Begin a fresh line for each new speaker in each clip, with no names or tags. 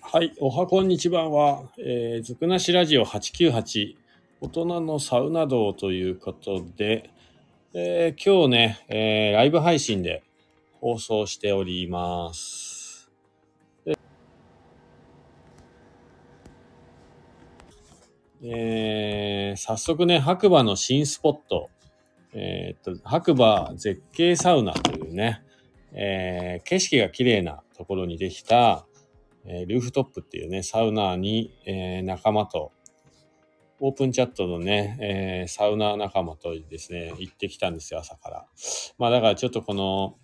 はい、おはこんにちばんは、えー、ずくなしラジオ898、大人のサウナ道ということで、えー今日ね、えーライブ配信で放送しております。えー早速ね、白馬の新スポット、えーっと、白馬絶景サウナというね、えー景色が綺麗なところにできた、えールーフトップっていうね、サウナーに、えー仲間と、オープンチャットのね、えーサウナー仲間とですね、行ってきたんですよ、朝から。まあだからちょっとこの、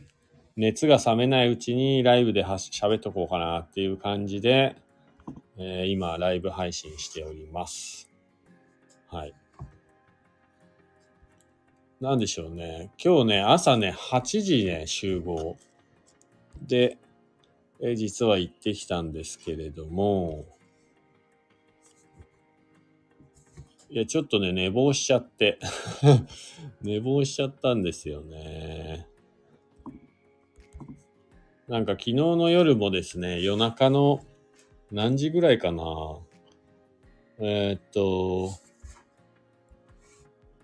熱が冷めないうちにライブではし喋っとこうかなっていう感じで、えー今ライブ配信しております。はい。なんでしょうね。今日ね、朝ね、8時ね、集合。で、えー実は行ってきたんですけれども、いや、ちょっとね、寝坊しちゃって。 寝坊しちゃったんですよね。なんか昨日の夜もですね、夜中の何時ぐらいかな。えーっと、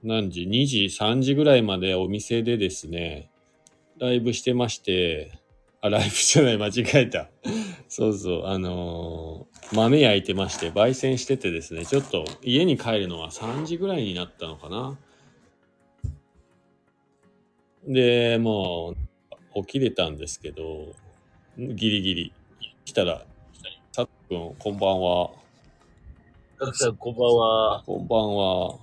何時 ?2 時、3時ぐらいまでお店でですね、ライブしてまして、あ、ライブじゃない、間違えた。そうそう、あのー豆焼いてまして、焙煎しててですね、ちょっと家に帰るのは3時ぐらいになったのかな。で、もう、起きれたんですけど、ギリギリ。来たら、さっくん、こんばんは。
たくさん、こんばんは。
こんばんは。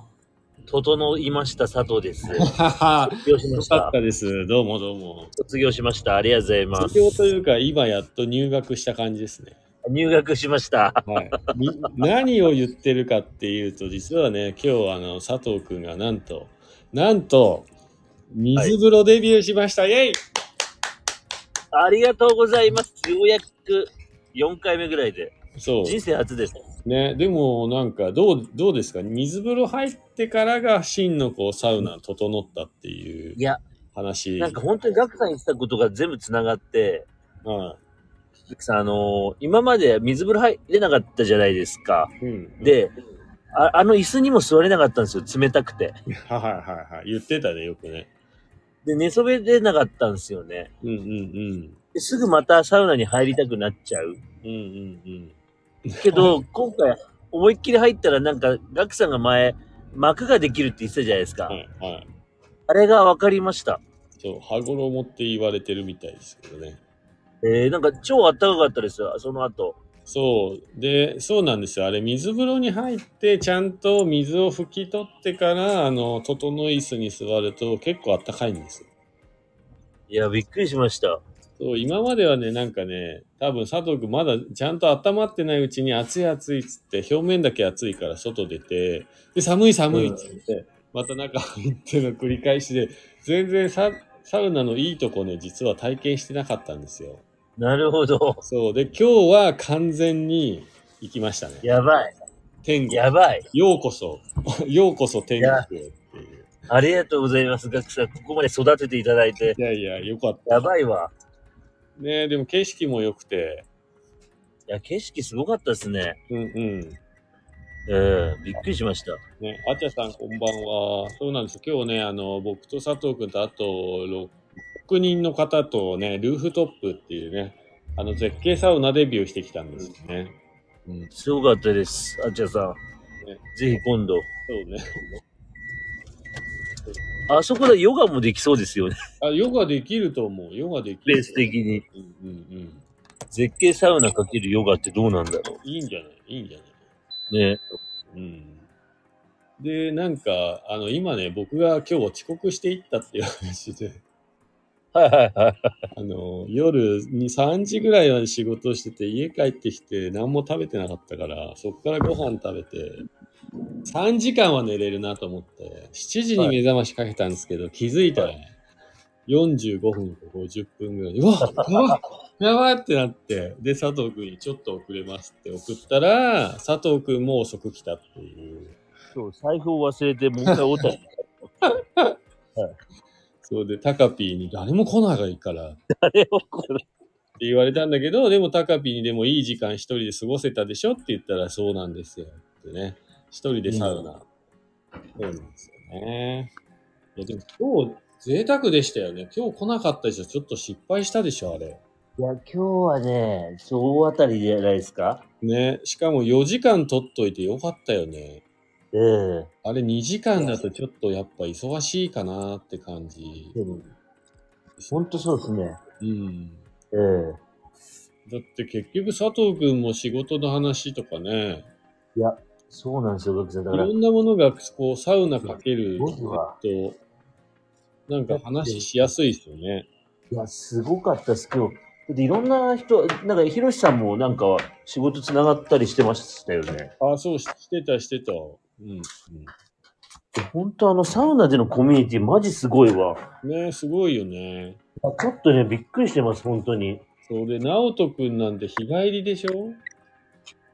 整いました、佐藤です。
はは
卒業しま
よ
し
かったた。です。どうもどうも。
卒業しました。ありがとうございます
卒。業というか、今やっと入学した感じですね。
入学しました。
はい、み何を言ってるかっていうと実はね今日あの佐藤くんがなんとなんと水風呂デビューしました、イェイ
ありがとうございます。ようやく4回目ぐらいで。
そ
人生初です。
うねでもなんかどうどうですか水風呂入ってからが真のこうサウナ整ったっていう
いや、
話
なんか本当にガクさん言ってたことが全部つながって、
は
ガクさん、あのー今まで水風呂入れなかったじゃないですか。
い、うん、
で、ああの椅子にも座れなかったんですよ。冷たくて。
はいはいはい言ってたねよくね
で、寝そべれなかったんですよね。
うんうん
ですぐまたサウナに入りたくなっちゃう。
うんうんうん
けど、今回、思いっきり入ったら、なんか、ガクさんが前、膜ができるって言ってたじゃないです
う
か。
んはいはい
あれが分かりました。
そう羽衣って言われてるみたいですけどね
えー、なんか超あったかかったですよ、その後。
そう。で、そうなんですよ。あれ、水風呂に入って、ちゃんと水を拭き取ってから、あの、整い椅子に座ると結構あったかいんですよ。
いや、びっくりしました。
そう、今まではね、なんかね、多分佐藤くんまだちゃんと温まってないうちに暑い暑いっつって、表面だけ暑いから外出て、で、寒い寒いっつって、また中入っての繰り返しで、全然ササウナのいいとこね、実は体験してなかったんですよ。
なるほど。
そう。で、今日は完全に行きましたね。
やばい。
天国。
やばい。
ようこそ、 ようこそ天国へっていう。
ありがとうございます、ガクさん。ここまで育てていただいて。
いやいや、よかっ
やばいわ。
た。ねえでも景色も良くて、
いや、景色すごかったですね。
うんうん。
うん、びっくりしました。
ね、あちゃさんこんばんは。そうなんですよ。今日ね、あの、僕と佐藤くんとあと6人の方とね、ルーフトップっていうね、あの、絶景サウナデビューしてきたんですよね。うん。
すごかったです、あっちゃんさん
ね。
ぜひ今度。
そうね。
あそこでヨガもできそうですよね、
あ、ヨガできると思う。ヨガでき
ベ
る。
ース的に。
うんうんうん。
絶景サウナかけるヨガってどうなんだろ。
いいんじゃないいいんじゃないう
ね。
うんで、なんか、あの、今ね、僕が今日遅刻していったっていう話で、
はいはいはい。
あの、夜に3時ぐらいまで仕事をしてて、家帰ってきて何も食べてなかったから、そこからご飯食べて、3時間は寝れるなと思って、7時に目覚ましかけたんですけど、気づいたら、ね、45分か50分ぐらいで、うわやばいやばいってなって、で、佐藤くんにちょっと遅れますって送ったら、佐藤くんも遅く来たっていう。
そう、財布を忘れて、もう一回おたり。
そうで、タカピーに誰も来ないから、
あれをこれ
って言われたんだけど、でもタカピにでもいい時間一人で過ごせたでしょって言ったらそうなんですよってね。一人でサウナ。そうなんですよね。いやでも今日贅沢でしたよね。今日来なかったでしょ。ちょっと失敗したでしょ、あれ。
いや、今日はね、大当たりじゃないですか
ね。しかも4時間取っといてよかったよね。
ええ
あれ2時間だとちょっとやっぱ忙しいかなって感じ。
でも、ほんとそうですね。
うん。
ええ
だって結局佐藤くんも仕事の話とかね、
そうなんですよ、学生さん。だ
い
から
ろ、んなものがこうサウナかける
僕は、
と、なんか話しやすいですよね。
いや、すごかったです、今日。だっていろんな人、なんか、ひろしさんもなんか、仕事つながったりしてましたよね。
あ、そうししてたしてた。うん。
本当あの、サウナでのコミュニティ、マジすごいわ。
うん、ねすごいよね。
あちょっとね、びっくりしてます、本当に。
そうで、直人くんなんて日帰りでしょ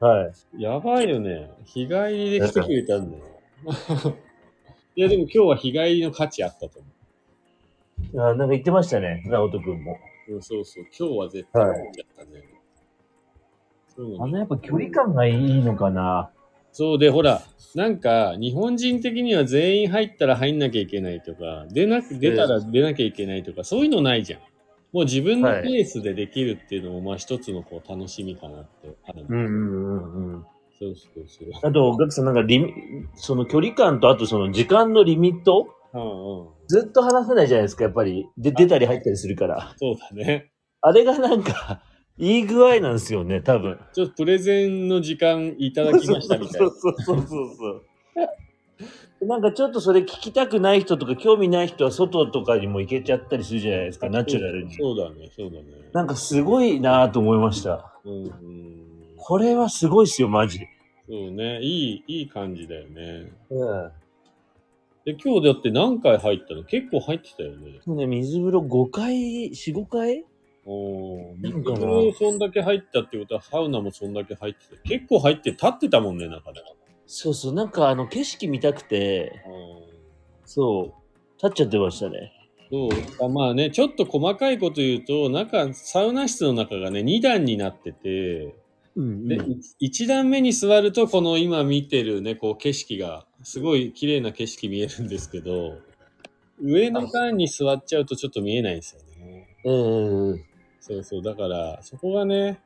はい。
やばいよね。日帰りで来てくれたんだ よ。いや、でも今日は日帰りの価値あったと思
あなんか言ってましたね、直人くんも。
う。うん、そうそう。今日は絶対無理だったね。そうな
あ
んだ
の、やっぱ距離感がいいのかな。
そうで、ほら、なんか、日本人的には全員入ったら入んなきゃいけないとか、出なく、出たら出なきゃいけないとか、そういうのないじゃん。もう自分の
はい
ペースでできるっていうのも、まあ一つのこう楽しみかなってある。
うんうんうんうん。
そうそうそう。
あと、ガクさん、なんかリミ、その距離感と、あとその時間のリミット
うんうん。
ずっと話せないじゃないですか、やっぱり。で、出たり入ったりするから。
そうだね。
あれがなんか、 いい具合なんですよね、多分。
ちょっとプレゼンの時間いただきましたみたい
そ
な
う。そうそうそうそう。なんかちょっとそれ聞きたくない人とか興味ない人は外とかにも行けちゃったりするじゃないですか、ナチュラルに。
そうだね、そうだね。
なんかすごいなぁと思いました。
うんうん。
これはすごいっすよ、マジ。
そうね、いい、いい感じだよね。
うん。
で、今日だって何回入ったの結構入ってたよね。
ね、水風呂5回、4、5回
おお、
な
水
ん
風
かな
呂そんだけ入ったってことは、サウナもそんだけ入ってた。結構入って立ってたもんね、中で。
そうそう、なんかあの景色見たくて、そう、立っちゃってましたね。
そうあまあね、ちょっと細かいこと言うと、中、サウナ室の中がね、2段になってて、
うん
で、1段目に座ると、この今見てるね、こう景色が、すごい綺麗な景色見えるんですけど、上の段に座っちゃうとちょっと見えないんですよね。
えー、
そうそう。だから、そこがね、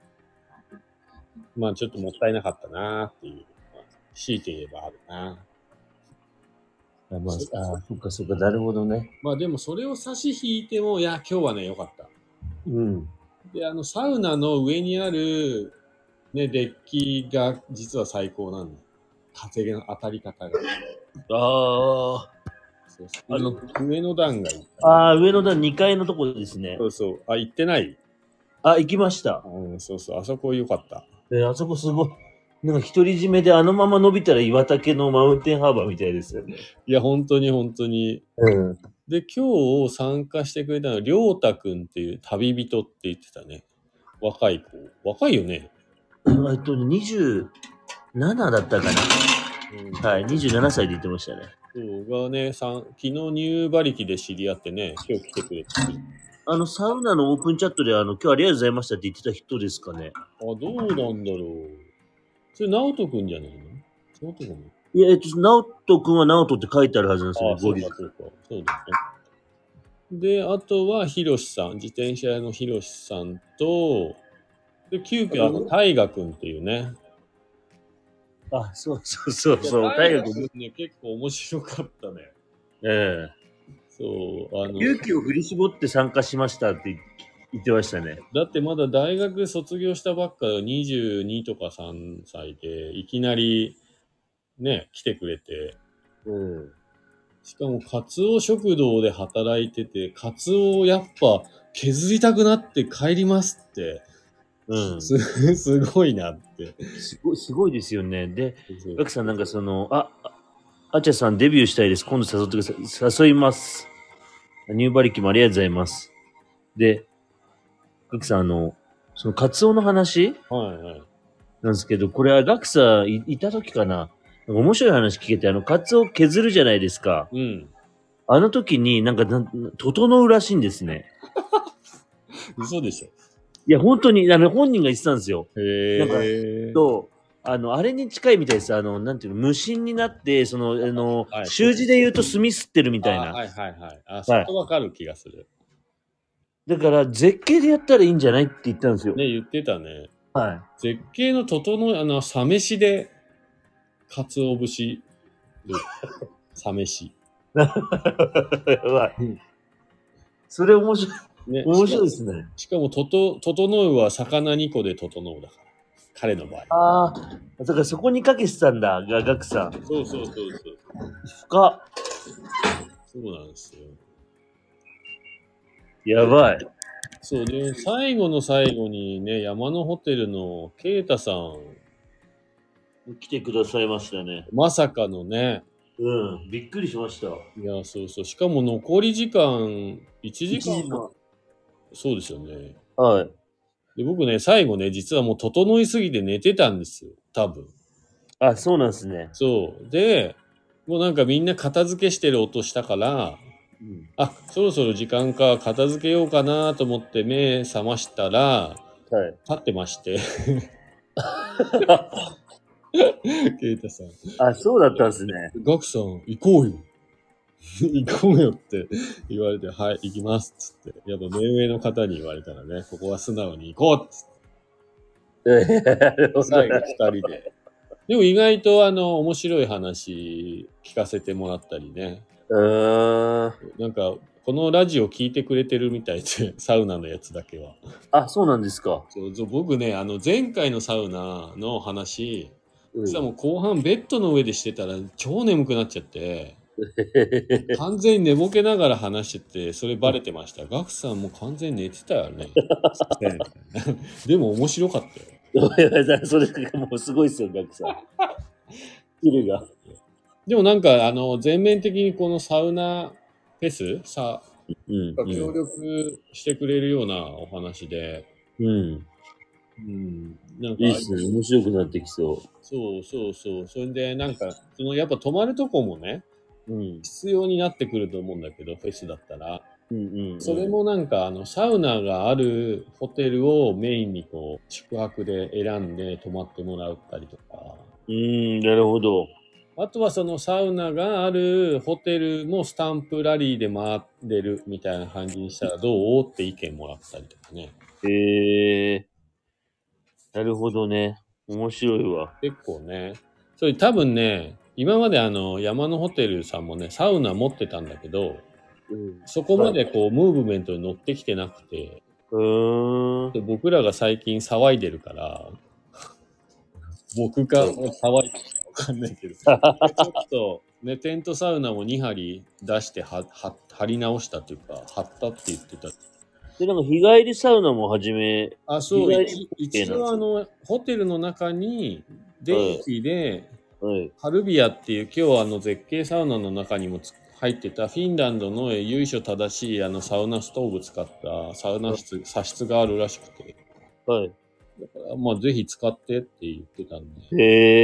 まあちょっともったいなかったなっていう。強いて言えばあるな。
あまあ、あそっかそっか、なるほどね。
まあでもそれを差し引いても、いや、今日はね、良かった。
うん。
で、あの、サウナの上にある、ね、デッキが実は最高なんだ。風の当たり方が。
あ
そうそう
あの
上の段がいい。
あ。ああ、上の段2階のとこですね
そ。うそう。あ、行ってない
あ、行きました。
うん、そうそう。あそこ良かった。
えーあそこすごい。なんか独り占めであのまま伸びたら岩竹のマウンテンハーバーみたいですよね。
いや、本当に本当に。
うん。
で、今日参加してくれたのは、りょうたくんっていう旅人って言ってたね。若い子。若いよね。
えっと、27だったか
うん
な。はい、27歳で言ってましたね。
そうがね、さん昨日入馬力で知り合ってね、今日来てくれて。あ、
あの、サウナのオープンチャットで、あの、今日はありがとうございましたって言ってた人ですかね。
どうなんだろう。それ、直人くんじゃないの直人くん
いや、えっと、直人くんは直人って書いてあるはずなんですよ
あ
ね、
そ
ゴ
う
リ
だ
ラ、
そうか。そうだね。で、あとは、ひろしさん、自転車屋のひろしさんと、で、急遽、あの、大河くんっていうね。
あ、そうそうそうそう、
大
大
河
学
くんね、結構面白かったね。
え
そう、あ
え
の、
勇気を振り絞って参加しましたって言ってましたね。
だってまだ大学卒業したばっか22とか3歳で、いきなりね、来てくれて、
うん。
しかもカツオ食堂で働いてて、カツオをやっぱ削りたくなって帰りますって、
うん。す
す すごいな って。
ごい、すごいですよね。で、ガクさんなんかその、あ、ああちゃさんデビューしたいです。今度誘ってください。誘います。ニューバリキもありがとうございます。で、ガクさんあの、そのカツオの話
はいはい。
なんですけど、これはガクさんいいた時かな。なんか面白い話聞けて、あの、カツオ削るじゃないですか。
うん。
あの時になんかなん、整うらしいんですね。
嘘でしょ。
いや、本当に、あの、本人が言ってたんですよ。
へ
なんか
え。
と、あの、あれに近いみたいです。あの、なんていうの、無心になって、その、あの、
はい
習字で言うと墨吸ってるみたい
あ
な。
はいはいはい。あ、そこわかる気がする。
だから、絶景でやったらいいんじゃないって言ったんですよ。
ね、言ってたね。
はい。
絶景の整え、あの、サ飯で、かつお節、 サ飯。
やばい
うん
それ面白い、
ね、
面白いですね。
しかも、とと、整うは魚2個で整うだから。彼の場合。
ああ、だからそこにかけてたんだ、が、ガクさん。
そうそうそうそう。
深っ。
そうなんですよ。
やばい。
そうで、最後の最後にね、山のホテルのケイタさん、
来てくださいましたね。
まさかのね、
うん、びっくりしました。
いや、そうそう、しかも残り時間、1時間、そうですよね。
はい。
で、僕ね、最後ね、実はもう整いすぎて寝てたんですよ、多分。
あ、そうなんですね。
そう。で、もうなんかみんな片付けしてる音したから、
うん、
あ、そろそろ時間か、片付けようかなと思って目覚ましたら、
はい。
立ってま して。ケイタさん。
あ、そうだったんですね。
ガクさん、行こうよ。 行こうよって言われて、はい、行きます。つって。やっぱ目上の方に言われたらね、ここは素直に行こうっつって。最後二人で。でも意外とあの、面白い話聞かせてもらったりね。
うん。
なんか、このラジオ聞いてくれてるみたいで、 サウナのやつだけは。
あ、そうなんですか。
そうそう僕ね、あの、前回のサウナの話、
うん
実はもう後半ベッドの上でしてたら超眠くなっちゃって。
い
完全に寝ぼけながら話してて、それバレてました。ガクさんもう完全に寝てたよね。 ねでも面白かったよ。
やそれがもうすごいですよ、ガクさん。キルが。
でもなんか、あの、全面的にこのサウナフェスさ、
うん
協力してくれるようなお話で、
うん。
うん、なんか
いいっすね。面白くなってきそ
そうそうそう。それで、なんか、そのやっぱ泊まるとこもね、
う。うん。
必要になってくると思うんだけど、フェスだったら。
うんうん。
それ。もなんかあのサウナがあるホテルをメインにこう宿泊で選んで泊まってもらったりとか
うん、なるほど。
あとはそのサウナがあるホテルもスタンプラリーで回ってるみたいな感じにしたらどうって意見もらったりとかね
へえ。なるほどね。面白いわ。
結構ねそれ多分ね今まであの山のホテルさんもねサウナ持ってたんだけど
うん。
そこまでこうムーブメントに乗ってきてなくて
うーん。
で僕らが最近騒いでるから、僕が騒いでるかわかんないけ ど、ちょっと、ね、テントサウナも2針出してはは張り直したというか、張ったって言ってた。
で、なんか日帰りサウナも始め、
あ、そう、
意外
一一度あの、ホテルの中に、電気で、
はい。
ハルビアっていう、今日あの絶景サウナの中にもつ入ってた、フィンランドの由緒正しいあのサウナストーブ使ったサウナ室、茶室があるらしくて、
はい。
まあぜひ使ってって言ってたんで。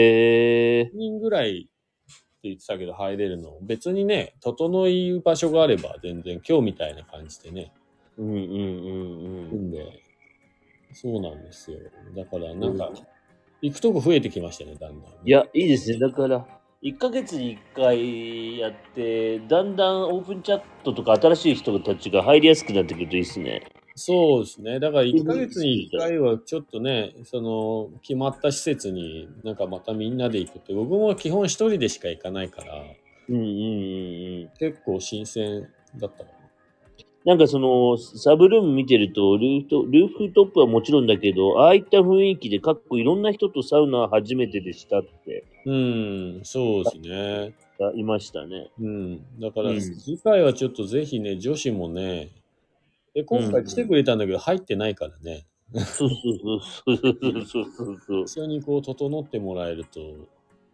へえ。
10人ぐらいって言ってたけど入れるの別にね整い場所があれば全然今日みたいな感じでね
うんうんうんうん。
んでそうなんですよだからなんか、行くとこ増えてきましたねだんだんね、
いや、いいですね。だから、1ヶ月に1回やって、だんだんオープンチャットとか新しい人たちが入りやすくなってくるといいですね。
そうですねだから1ヶ月に1回はちょっとねその決まった施設になんかまたみんなで行くって僕も基本一人でしか行かないから
うんうんうんうん。
結構新鮮だったかな
なんかその、サブルーム見てると、ルーフトルーフトップはもちろんだけど、ああいった雰囲気で、かっこいろんな人とサウナ初めてでしたって、
うんそうですね
あいましたね。
うん、だから、
うん
次回はちょっとぜひね、女子もね、え今回来てくれたんだけど、入ってないからね、
そうそうそうそうそうそうそう。
一緒にこう、整ってもらえると、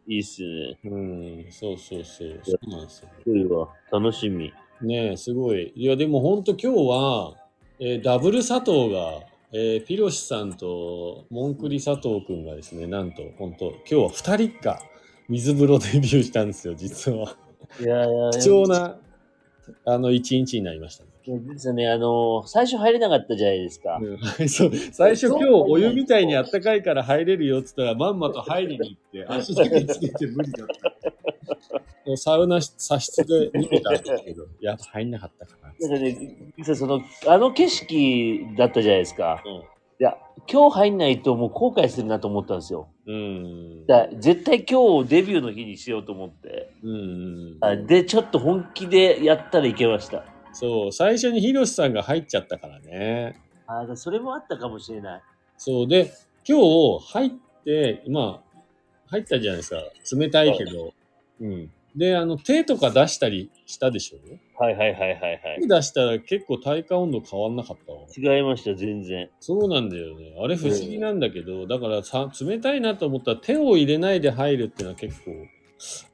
いいっすね。
うん、そうそうそう、そうなんですよ。
これは楽しみ。
ねえすごい。いや、でも本当今日は、えーダブル佐藤が、えーピロシさんと、モンクリ佐藤くんがですね、なんと、本当今日は二人が水風呂デビューしたんですよ、実は。
いやいや
貴重な、あの、一日になりましたね、
ですね、あのー、最初入れなかったじゃないですか。
うんそう最初今日お湯みたいにあったかいから入れるよっつったらまんまと入りに行って足だけつけて無理だった。もう サウナ差室で見てたんですけど、やっぱ入んなかったかな。
なんかね、実はその、あの景色だったじゃないですか。
うん
いや、今日入んないともう後悔するなと思ったんですよ。
うん。
だから絶対今日デビューの日にしようと思って。
うん。
あで、ちょっと本気でやったらいけました。
そう、最初にヒロシさんが入っちゃったからね。
あだからそれもあったかもしれない。
そうで、今日入って、まあ、入ったじゃないですか。冷たいけど。
うん。
で、あの、手とか出したりしたでしょ
はいはいはいはいはい。
手出したら結構体感温度変わんなかったわ。
違いました、全然。
そうなんだよね。あれ不思議なんだけど、だからさ、冷たいなと思ったら手を入れないで入るっていうのは結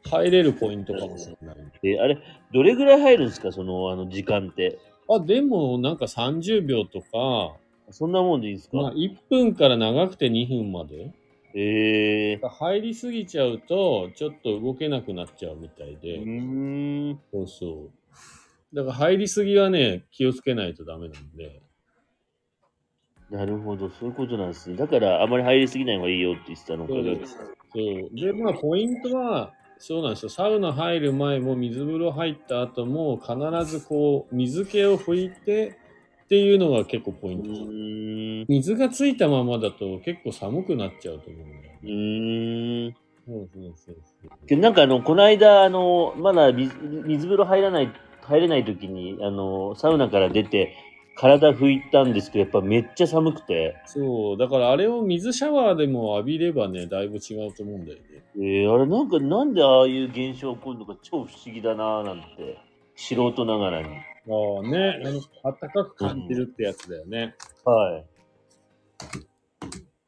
構、入れるポイントかもしれない。
えあれ、どれぐらい入るんですか、その、あの、時間って。
あ、でもなんか30秒とか、
そんなもんでいいんですか、
まあ1分から長くて2分まで。
ええ
入りすぎちゃうと、ちょっと動けなくなっちゃうみたいで。
うーん。
そうそう。だから入りすぎはね、気をつけないとダメなんで。
なるほど、そういうことなんですね。だから、あまり入りすぎない方がいいよって言ってたのか
そう
ら。
です。そう。で、まあ、ポイントは、そうなんですよ。サウナ入る前も、水風呂入った後も、必ずこう、水気を拭いてっていうのが結構ポイ
う
ント。
ーん。
水がついたままだと結構寒くなっちゃうと思うんだよ
う
ね。
ーん。
そうそうそう
けどなんかあの、この間、あの、まだ水水風呂入らない、入れない時に、あの、サウナから出て、体拭いたんですけど、やっぱめっちゃ寒くて、
そう。だからあれを水シャワーでも浴びればね、だいぶ違うと思うんだよね。
えー、あれなんか、なんでああいう現象起こるのか超不思議だなぁなんて、素人ながら
あ
に。
あね、あの、暖かく感じるってやつだよね。
はい。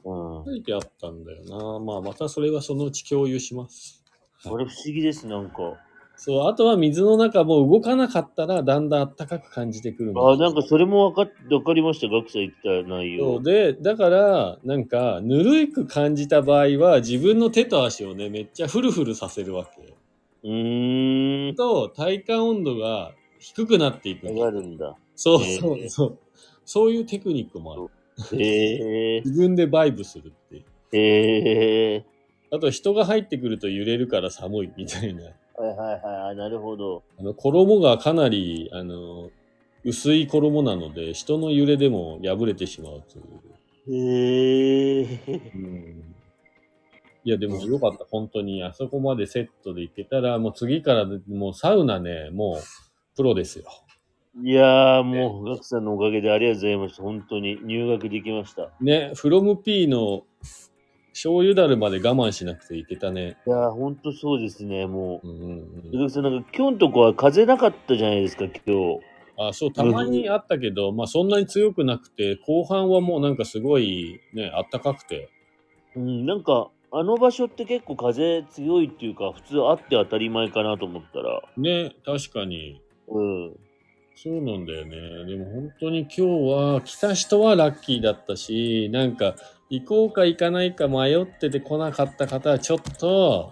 うん。
書いてあったんだよな。まあ、またそれはそのうち共有します。
これ不思議です、なんか。
そう、あとは水の中も動かなかったらだんだん暖かく感じてくるんだ
あなんかそれも分かっ分かりました、学生言った内
そ
容
う。で、だから、なんか、ぬるいく感じた場合は、自分の手と足をね、めっちゃフルフルさせるわけ。
うーん。
と、体感温度が低くなっていく。
上がるんだ。
そう
えー
そうそう。そういうテクニックもある。
へえ
自分でバイブするっていう。
ー。へえ
あと、人が入ってくると揺れるから寒いみたいな。
ー。はいはいはいあ、なるほど。
あの、衣がかなり、あの、薄い衣なので、人の揺れでも破れてしまうという。
へえー。
うんいや、でもよかった、本当に。あそこまでセットで行けたら、もう次から、もうサウナね、もう、プロですよ。
いやー、もう、学さんのおかげでありがとうございました。本当に入学できました。
ね、フロム P の醤油だるまで我慢しなくていけたね。
いやー、本当そうですね、も
うんうん
う。
うん、
学さん、なんか今日のとこは風なかったじゃないですか、今日。
あ、そう、たまにあったけど、まあそんなに強くなくて、後半はもうなんかすごい、ね、あったかくて。
うん、なんか、あの場所って結構風強いっていうか、普通あって当たり前かなと思ったら。
ね、確かに。
うん。
そうなんだよね。でも本当に今日は来た人はラッキーだったし、なんか行こうか行かないか迷ってて来なかった方はちょっと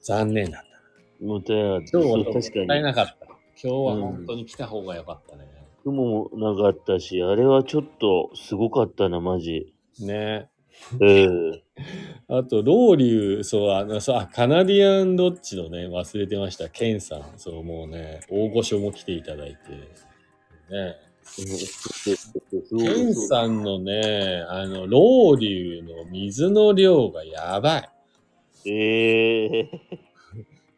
残念だった。
もったいなかった。
今日
そ
は
う確かに。
もったいなかった。今日は本当に来た方が良かったね。
雲もなかったし、あれはちょっとすごかったな、マジ。
ね
ええ
あと、ロウリュウ、そう、あの、そう、あカナディアンロッチのね、忘れてました。ケンさん。そう、もうね、大御所も来ていただいて。ねケンさんのね、あの、ロウリュウの水の量がやばい。
ええ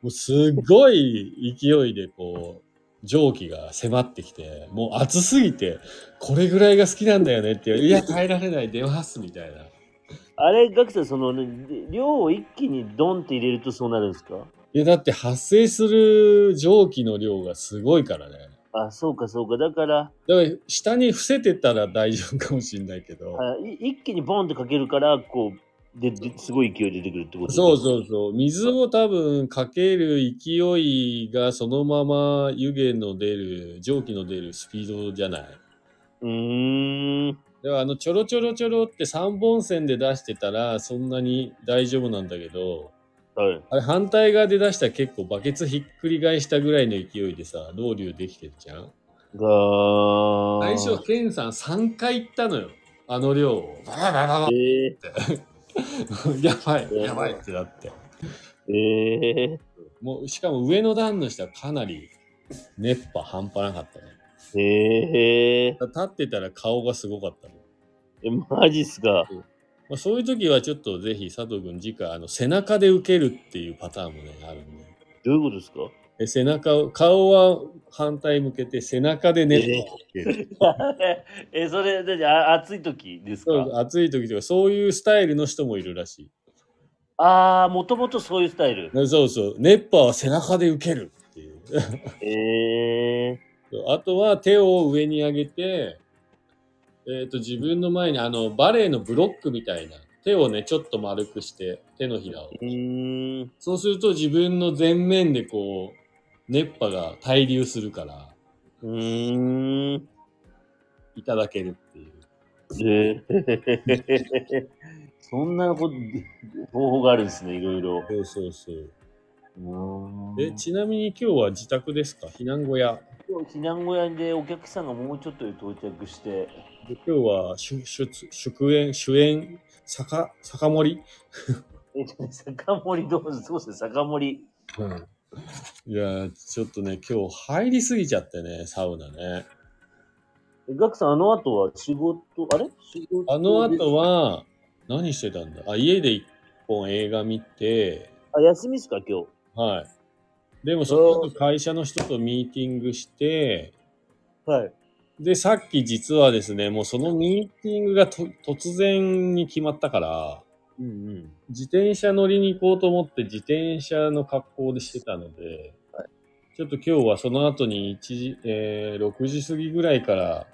もうすっごい勢いでこう、蒸気が迫ってきて、もう暑すぎて、これぐらいが好きなんだよねっていう、いや、耐えられない、出ます、みたいな。い
あれ、ガクさん、その、ね、量を一気にドンって入れるとそうなるんですか
や、だって発生する蒸気の量がすごいからね。
あ、そうか、そうか。だから、
だから、下に伏せてたら大丈夫かもしれないけど、
あい一気にボンってかけるから、こう、で、ですごい勢いで出てくるってこと
そうそうそう。水を多分かける勢いがそのまま湯気の出る、蒸気の出るスピードじゃない。
う。うーん。
だからあのちょろちょろちょろって3本線で出してたらそんなに大丈夫なんだけど
はい。
あれ反対側で出したら結構バケツひっくり返したぐらいの勢いでさロウリュできてるじゃん
うが、
最初、ケンさん3回行ったのよ。あの量を。 バババババ
え
やばい、やばいってなって。
ー、え
もう、しかも上の段の人はかなり熱波半端なかったね。
ー、えー、
立ってたら顔がすごかったもん。
え、マジっすか。
まあ、そういう時はちょっとぜひ佐藤君次回あの背中で受けるっていうパターンもねあるんで
どういうことですか
え背中を顔は反対向けて背中で熱波を受ける、
え、それ、だってあ暑い時ですか
そう暑い時とかそういうスタイルの人もいるらしい
ああ、もともとそういうスタイル。
でそうそう熱波は背中で受けるっていう
ええ
そうあとは手を上に上げてえっ、と自分の前にあのバレエのブロックみたいな手をねちょっと丸くして手のひらを
ー、うーん、
そうすると自分の前面でこう熱波が滞留するから
うーん、
いただけるっていう。
えー、 そんなこと、方法があるんですね、いろいろ。
そうそうそう。
うーん
え、ちなみに今日は自宅ですか避難小屋。
今日避難小屋でお客さんがもうちょっとで到着して、
で今日は主主祝宴、主演、酒、酒盛り、
え、ちょっと酒盛りどうぞ、どうする酒盛り。
いやー、ちょっとね、今日入りすぎちゃってね、サウナね。
えガクさん、あの後は仕事、あれ仕事
あの後は、何してたんだあ、家で一本映画見て、
あ、休みっすか、今日。
はい。でもその後会社の人とミーティングして、
はい。
で、さっき実はですね、もうそのミーティングがと突然に決まったから、
うんうん。
自転車乗りに行こうと思って自転車の格好でしてたので、ちょっと今日はその後に1時、えー6時過ぎぐらいから、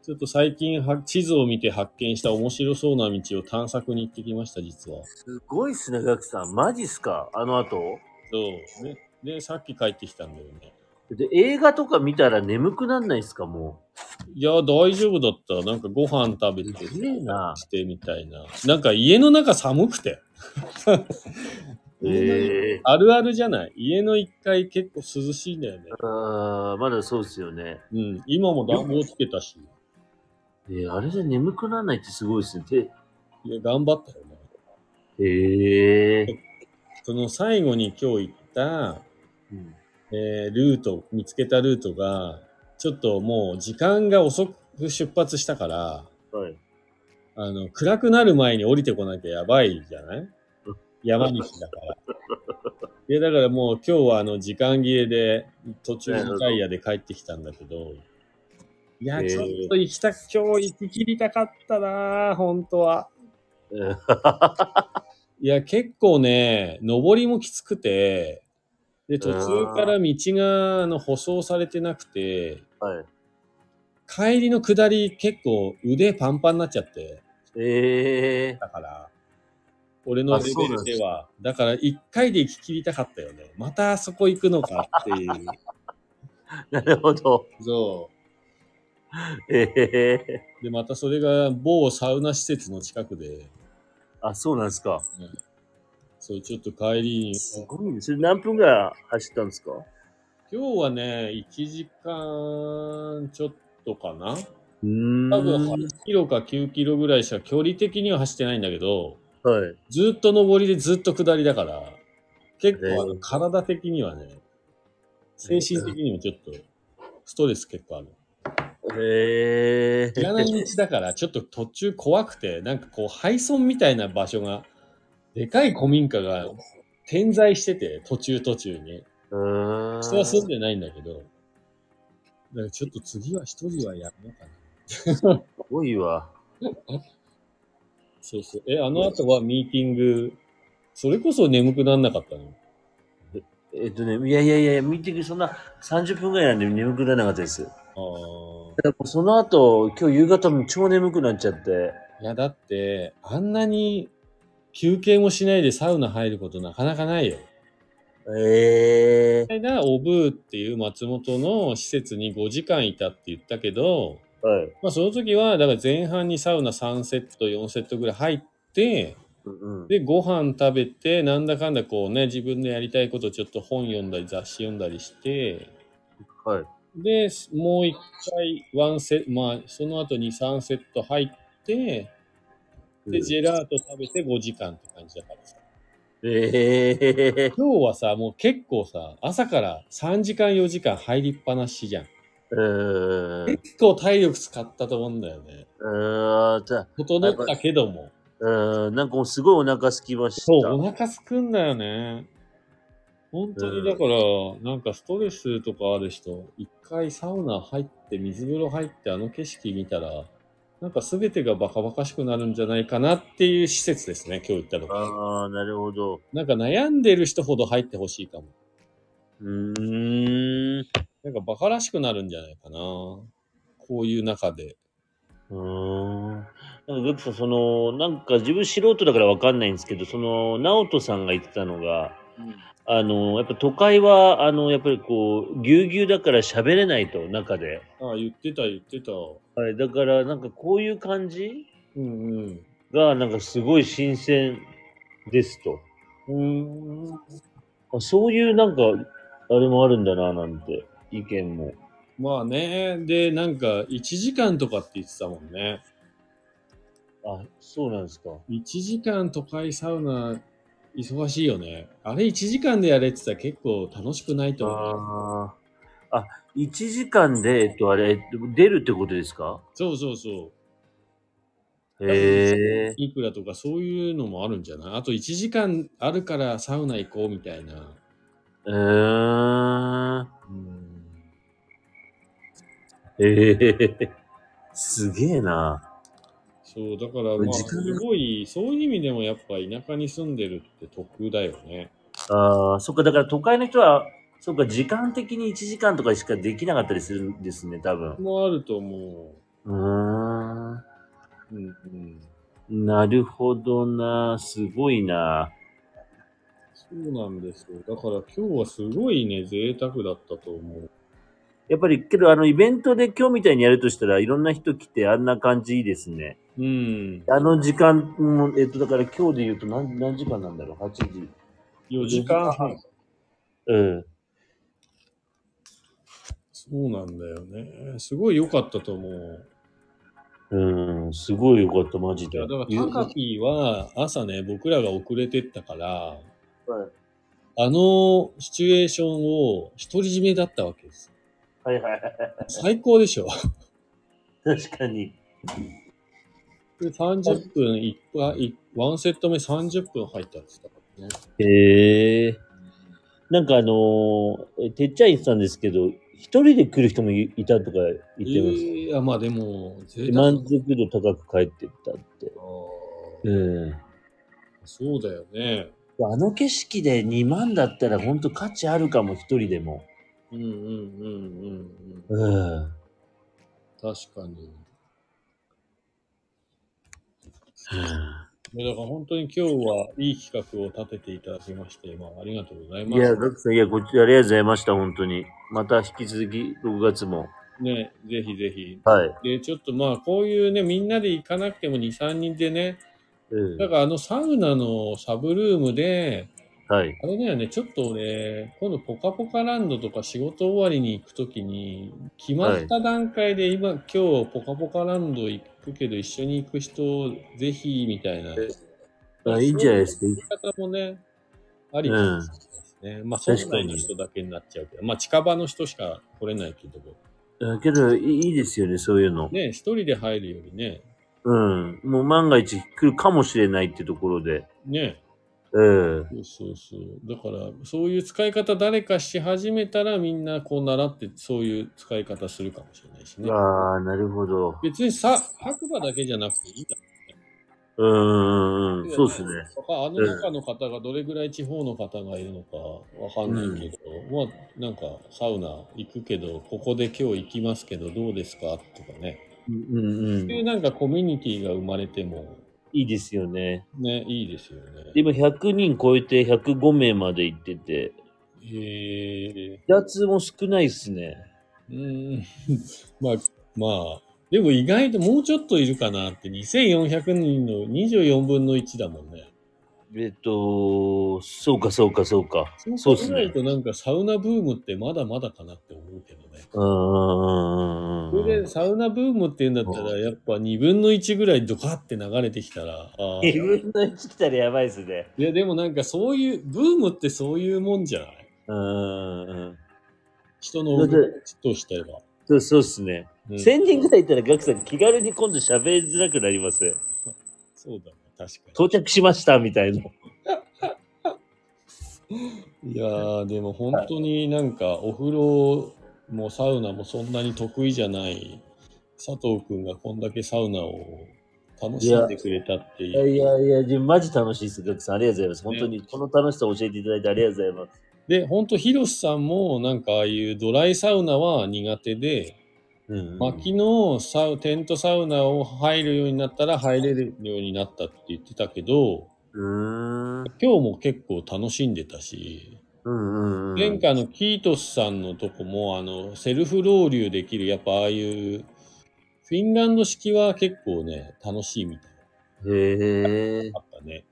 ちょっと最近は地図を見て発見した面白そうな道を探索に行ってきました、実は。
すごいっすね、ガクさん。マジっすか、あの後。
そう。で、でさっき帰ってきたんだよね。
で、映画とか見たら眠くなんないっすか、も
いや、大丈夫だった。なんかご飯食べて、
すげえな
してみたいな。なんか家の中寒くて。
う。え
あるあるじゃない家の1階結構涼しいんだよね。
あーまだそうっすよね。
うん。今も暖房つけたし。
えーあれで眠くなんないってすごいっすね。て
いや、頑張ったよね。
ええ
その最後に今日行った、
うん
えールート、見つけたルートが、ちょっともう時間が遅く出発したから、
はい。
あの、暗くなる前に降りてこなきゃやばいじゃない山道だから。いや、だからもう今日はあの、時間切れで、途中のタイヤで帰ってきたんだけど、いや、
えー
ちょっと行きた、今日行き切りたかったなぁ本当は。
えー
いや、結構ね、登りもきつくて、で、途中から道が、あの、舗装されてなくて、
はい。
帰りの下り結構腕パンパンになっちゃって、
ええ
だから、俺のレベルでは、だから一回で行き切りたかったよね。またあそこ行くのかっていう。
なるほど。
そ
ええ
う。で、またそれが某サウナ施設の近くで、
あ、そうなんですか。
そう、ちょっと帰りに、
すごいね。それ何分ぐらい走ったんですか
今日はね、1時間ちょっとかな
うーん。
多分8キロか9キロぐらいしか距離的には走ってないんだけど、
はい。
ずっと上りでずっと下りだから、結構あ
え
の
ー
体的にはね、精神的にもちょっとストレス結構ある。
ええ
知らない道だからちょっと途中怖くて、なんかこう廃村みたいな場所が、でかい古民家が点在してて、途中途中に。
うーん。
人は住んでないんだけど、だからちょっと次は一人はやるのかな。
すごいわ。
そうそう。え、あの後はミーティング、それこそ眠くなんなかったの
えっとね、いやいやいや、ミーティングそんな30分ぐらいなんで眠くならなかったです。
あ
ただもうその後、今日夕方も超眠くなっちゃって。
あ。いや、だって、あんなに休憩もしないでサウナ入ることなかなかないよ。
ええ
この間、オブーっていう松本の施設に5時間いたって言ったけど、
はい。
まあその時は、だから前半にサウナ3セット、4セットぐらい入って、
うんうん。
で、ご飯食べて、なんだかんだこうね、自分のやりたいことちょっと本読んだり雑誌読んだりして、
はい。
で、もう一回、ワンセット、まあ、その後に3セット入って、で、ジェラート食べて5時間って感じだからさ。
ええ
今日はさ、もう結構さ、朝から3時間4時間入りっぱなしじゃん。
うん。うん
結構体力使ったと思うんだよね。
じゃあ
整ったけども。
うん、なんかもうすごいお腹すきました。
そう、お腹すくんだよね。本当にだから、なんかストレスとかある人、一回サウナ入って、水風呂入って、あの景色見たら、なんか全てがバカバカしくなるんじゃないかなっていう施設ですね、今日行ったのが。
ああ、なるほど。
なんか悩んでる人ほど入ってほしいかも。
うーん。う
なんかバカらしくなるんじゃないかな。こういう中で。
ーん。なんか、グップさん、その、なんか自分素人だからわかんないんですけど、その、直人さんが言ってたのが、あの、やっぱ都会は、あの、やっぱりこう、ぎゅうぎゅうだから喋れないと、中で。
ああ、言ってた、言ってた。
はい、だから、なんかこういう感じ
うんうん。
が、なんかすごい新鮮ですと。
うん。
あそういうなんか、あれもあるんだな、なんて、意見も。
まあね。で、なんか1時間とかって言ってたもんね。
あ、そうなんですか。
1時間都会サウナ忙しいよね。あれ1時間でやれって言ったら結構楽しくないと思う。
ああ。あ、1時間で、えっと、あれ、えっと出るってことですか
そうそうそう。
へえ。
いくらとかそういうのもあるんじゃないあと1時間あるからサウナ行こうみたいな。
うーん。
うん。
ええ。 すげえな。
そう、だからまあ、
時間
すごい、そういう意味でもやっぱ田舎に住んでるって得だよね。
ああ、そっか、だから都会の人は、そっか、時間的に1時間とかしかできなかったりするんですね、多分。
もあると思
うーん。
う。うんうん。
なるほどな。すごいな。
そうなんですよ。だから今日はすごいね、贅沢だったと思う。
やっぱり、けど、あの、イベントで今日みたいにやるとしたら、いろんな人来て、あんな感じいいですね。
うん。
あの時間も、えっと、だから今日で言うと何何時間なんだろう ?8 時。
4時間半。
うん。
そうなんだよね。すごい良かったと思う。
うん、すごいよかった、マジ
い
で。
や、だから、タカピーは朝ね、僕らが遅れてったから、
はい
あのシチュエーションを独り占めだったわけです。
はいはいは
最高でしょ。
い。確かに。
で30分いっぱい、ワンセット目30分入ったって言ったからね。
へえ。なんかあのーえてっちゃん言ってたんですけど、一人で来る人もいいたとか言ってます。
いや、まあでも、
で
贅沢
満足度高く帰ってったって。
あー
うん。
そうだよね。
あの景色で2万だったら本当価値あるかも、一人でも。
うんうんうんうんうん。
うん。
確かに。いやだから本当に今日はいい企画を立てていただきまして、まあ、ありがとうございます。
いや、ガクさん、いや、こっちらありがとうございました、本当に。また引き続き、6月も。
ね、ぜひぜひ。
はい。
で、ちょっとまあ、こういうね、みんなで行かなくても2、3人でね、
うん
だからあのサウナのサブルームで、
はい。
あれだよね、ちょっとね、今度ポカポカランドとか仕事終わりに行くときに、決まった段階で今、今日ポカポカランド行くけど一緒に行く人、ぜひ、みたいな。
あいいんじゃないですか。
方もね、ありかもしれないですね。まあ、そ
確か
う
に
の人だけになっちゃうけど、まあ、近場の人しか来れないけど、
うんけど、いいいですよね、そういうの。
ね、一人で入るよりね、
うん。もう万が一来るかもしれないってところで。
ね、
うん。
そうそうそう。だから、そういう使い方誰かし始めたら、みんなこう習って、そういう使い方するかもしれないしね。
ああ、なるほど。
別にさ、白馬だけじゃなくていいんだ。
うんうんうん。そうですね。
とかあの中の方がどれぐらい地方の方がいるのかわかんないけど、まあ、なんかサウナ行くけど、ここで今日行きますけど、どうですかとかね。
うんうん
そう
う
い
ん。
うなんかコミュニティが生まれても、
いいですよね。
ね、いいですよね。
今、100人超えて105名まで行ってて、
へえ。
離脱も少ないっすね。
うーん。 まあ、まあ、でも意外ともうちょっといるかなって、2400人の24分の1だもんね。
いえっと、そうか、そうか、そうか。
そ
そうう
考
です
える
ね。
となんかサウナブームってまだまだかなって思うけどね。
うんうんうん
それ
うん
でサウナブームって言うんだったら、やっぱ2分の1ぐらいドカって流れてきたら、あ
自
ー
分の位置来たらやばいですね。
いやでもなんかそういう、ブームってそういうもんじゃない
うんうんうん。
人の
だって
動きとしては。
そうそうですね。
うん
1000人ぐらいいたらガクさん気軽に今度喋りづらくなります。
そうだね、確か
到着しましたみたいな。
に。いやー、でも本当になんかお風呂もサウナもそんなに得意じゃない佐藤くんがこんだけサウナを楽しんでくれたって
い
い
や
う。
いやいや、自分マジ楽しいです。ガクさんありがとうございます。本当にこの楽しさを教えていただいてありがとうございます。
で、本当ヒロシさんもなんかああいうドライサウナは苦手で、
うん
薪のサウテントサウナを入るようになったら入れるようになったって言ってたけど、
うん。うん
今日も結構楽しんでたし、
うんうん。
前回のキートスさんのとこも、あの、セルフロウリュできる、やっぱああいう、フィンランド式は結構ね、楽しいみたい
へえ。
な。あったね。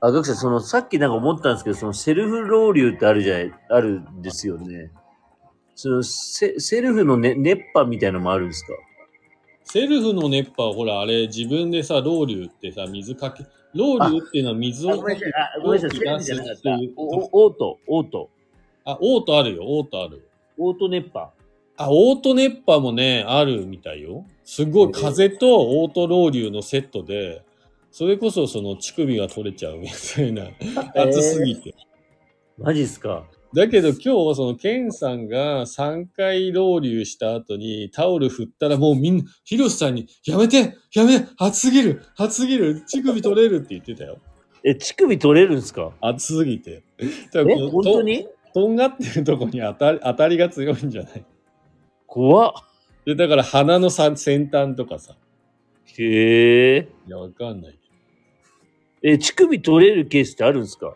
あ、学者、その、さっきなんか思ったんですけど、その、セルフロウリュってあるじゃない、あるんですよね。その、セセルフの、ね、熱波みたいなのもあるんですか
セルフの熱波はほら、あれ、自分でさ、ロウリュってさ、水かけ、ロウリュっていうのは水をかけ、
あ
ごめんなさいセルフじゃなかった
おオート、オート。
あ、オートあるよ、オートあるよ。
オート熱波。
あ、オート熱波もね、あるみたいよ。すごい、風とオートロウリュのセットで、それこそその乳首が取れちゃうみたい な、暑すぎて。
マジっすか
だけど今日、その、ケンさんが3回ロウリュした後にタオル振ったらもうみんな、ヒロシさんに、やめてやめ熱すぎる熱すぎる乳首取れるって言ってたよ。
え、乳首取れるんですか
熱すぎて。多
え、
分
本当に
ととんがってるとこに当たり当たりが強いんじゃない
怖っ。
で、だから鼻のさ先端とかさ。
へえ。
いや、わかんない。
え、乳首取れるケースってあるんですか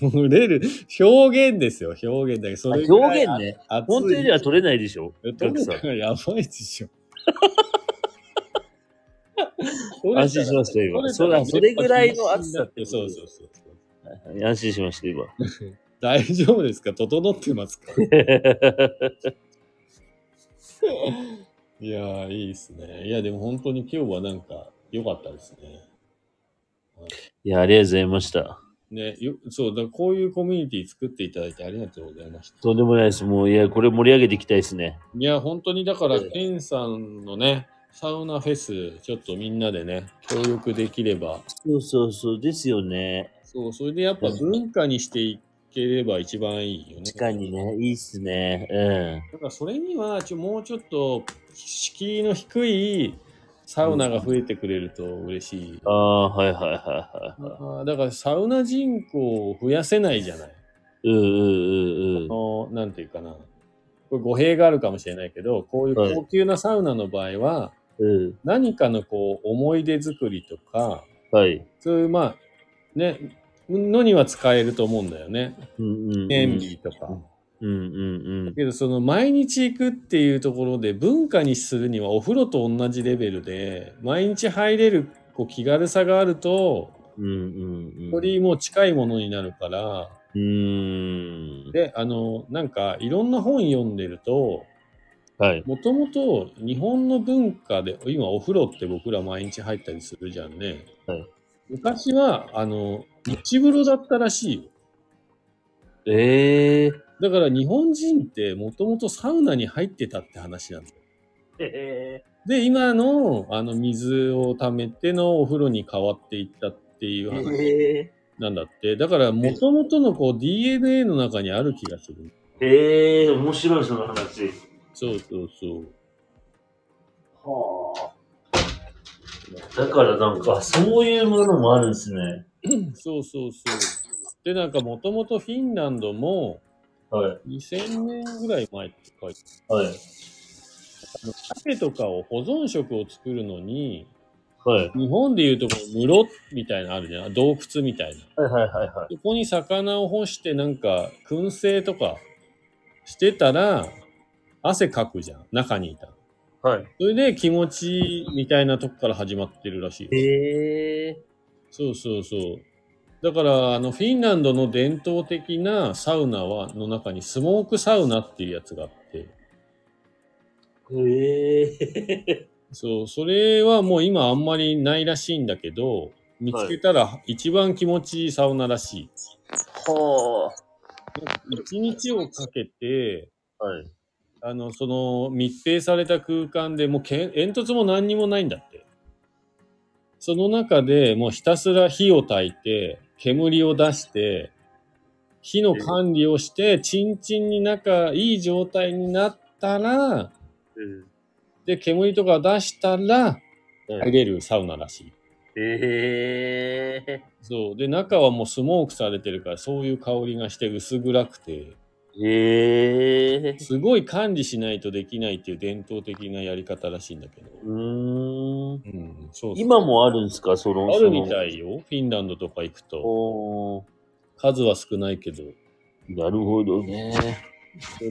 取れる。表現ですよ、表現だけど。そ
あ
れぐら
表
い
現ね。
熱い。
本当には取れないでしょ
え
ガク
取
さん
れたらやばいでしょ。
安心しました、今。そらそれぐらいの暑さって。
そうそうそうそう。
う。安心しました、今。
大丈夫ですか整ってますかいやー、いいですね。いや、でも本当に今日はなんか良かったですね。
いや、ありがとうございました。
ね、よそう、だこういうコミュニティ作っていただいてありがとうございました。
とんでもないです。もう、いや、これ盛り上げていきたいですね。
いや、本当にだから、
ええ
ケンさんのね、サウナフェス、ちょっとみんなでね、協力できれば、
そうそうそう、ですよね。
そう、それでやっぱ文化にしていければ一番いいよね。
確かにね、いいっすね。うん。
だからそれにはちょ、もうちょっと、敷居の低いサウナが増えてくれると嬉しい。
ああ、はいはいはいはいは
あーだからサウナ人口を増やせないじゃない。
い。うんうんう
あ
んうん。
のなんていうかな。これ語弊があるかもしれないけど、こういう
はい
高級なサウナの場合は、
うん。
何かのこう思い出作りとか、
はい。
そういうまあ、ね、のには使えると思うんだよね。
うんうんう
記
ん。
念日とか。
うんうんうん。
けどその毎日行くっていうところで文化にするにはお風呂と同じレベルで毎日入れるこう気軽さがあると
うんうんうん。
よりもう近いものになるから
うーん。
であのなんかいろんな本読んでると
はい。
もともと日本の文化で今お風呂って僕ら毎日入ったりするじゃんね、
はい
昔はあの内風呂だったらしいよ
ええ
だから日本人ってもともとサウナに入ってたって話なんだよ
え
で、今の、あの、水を溜めてのお風呂に変わっていったっていう
ー、
話
え
なんだって。だから、元々のこう、DNA の中にある気がする。
ー、えー、面白いその話。
そうそうそう。
はあ。だからなんか、そういうものもあるんですね。
そうそうそう。で、なんか、元々フィンランドも、
はい。
2000年ぐらい前って書いて
はい。
ある。鮭とかを保存食を作るのに、
はい。
日本でいうとこう、室みたいなのあるじゃん。洞窟みたいな。
はいはいはいは
そこに魚を干してなんか燻製とかしてたら汗かくじゃん中にいたら
い。はい。
それで気持ちいいみたいなとこから始まってるらしいよ
ええ
そうそうそうだから、あの、フィンランドの伝統的なサウナは、の中にスモークサウナっていうやつがあって、
へえ。
そう、それはもう今あんまりないらしいんだけど、見つけたら一番気持ちいいサウナらしい。
は
一日をかけて、
あ。はい。
あの、その密閉された空間でもうけん煙突も何にもないんだって。その中でもうひたすら火を焚いて、煙を出して、火の管理をして、チンチンに仲いい状態になったら、で、煙とか出したら、
は
入
い、
れるサウナらしい。
へえ。
そう。で、中はもうスモークされてるから、そういう香りがして薄暗くて、
へえ。
すごい管理しないとできないっていう伝統的なやり方らしいんだけど。
うーん。
うん、そうそう
今もあるんですかその。
あるみた
い。
いよ。フィンランドとか行くと。
おー
数は少ないけど。
なるほどね。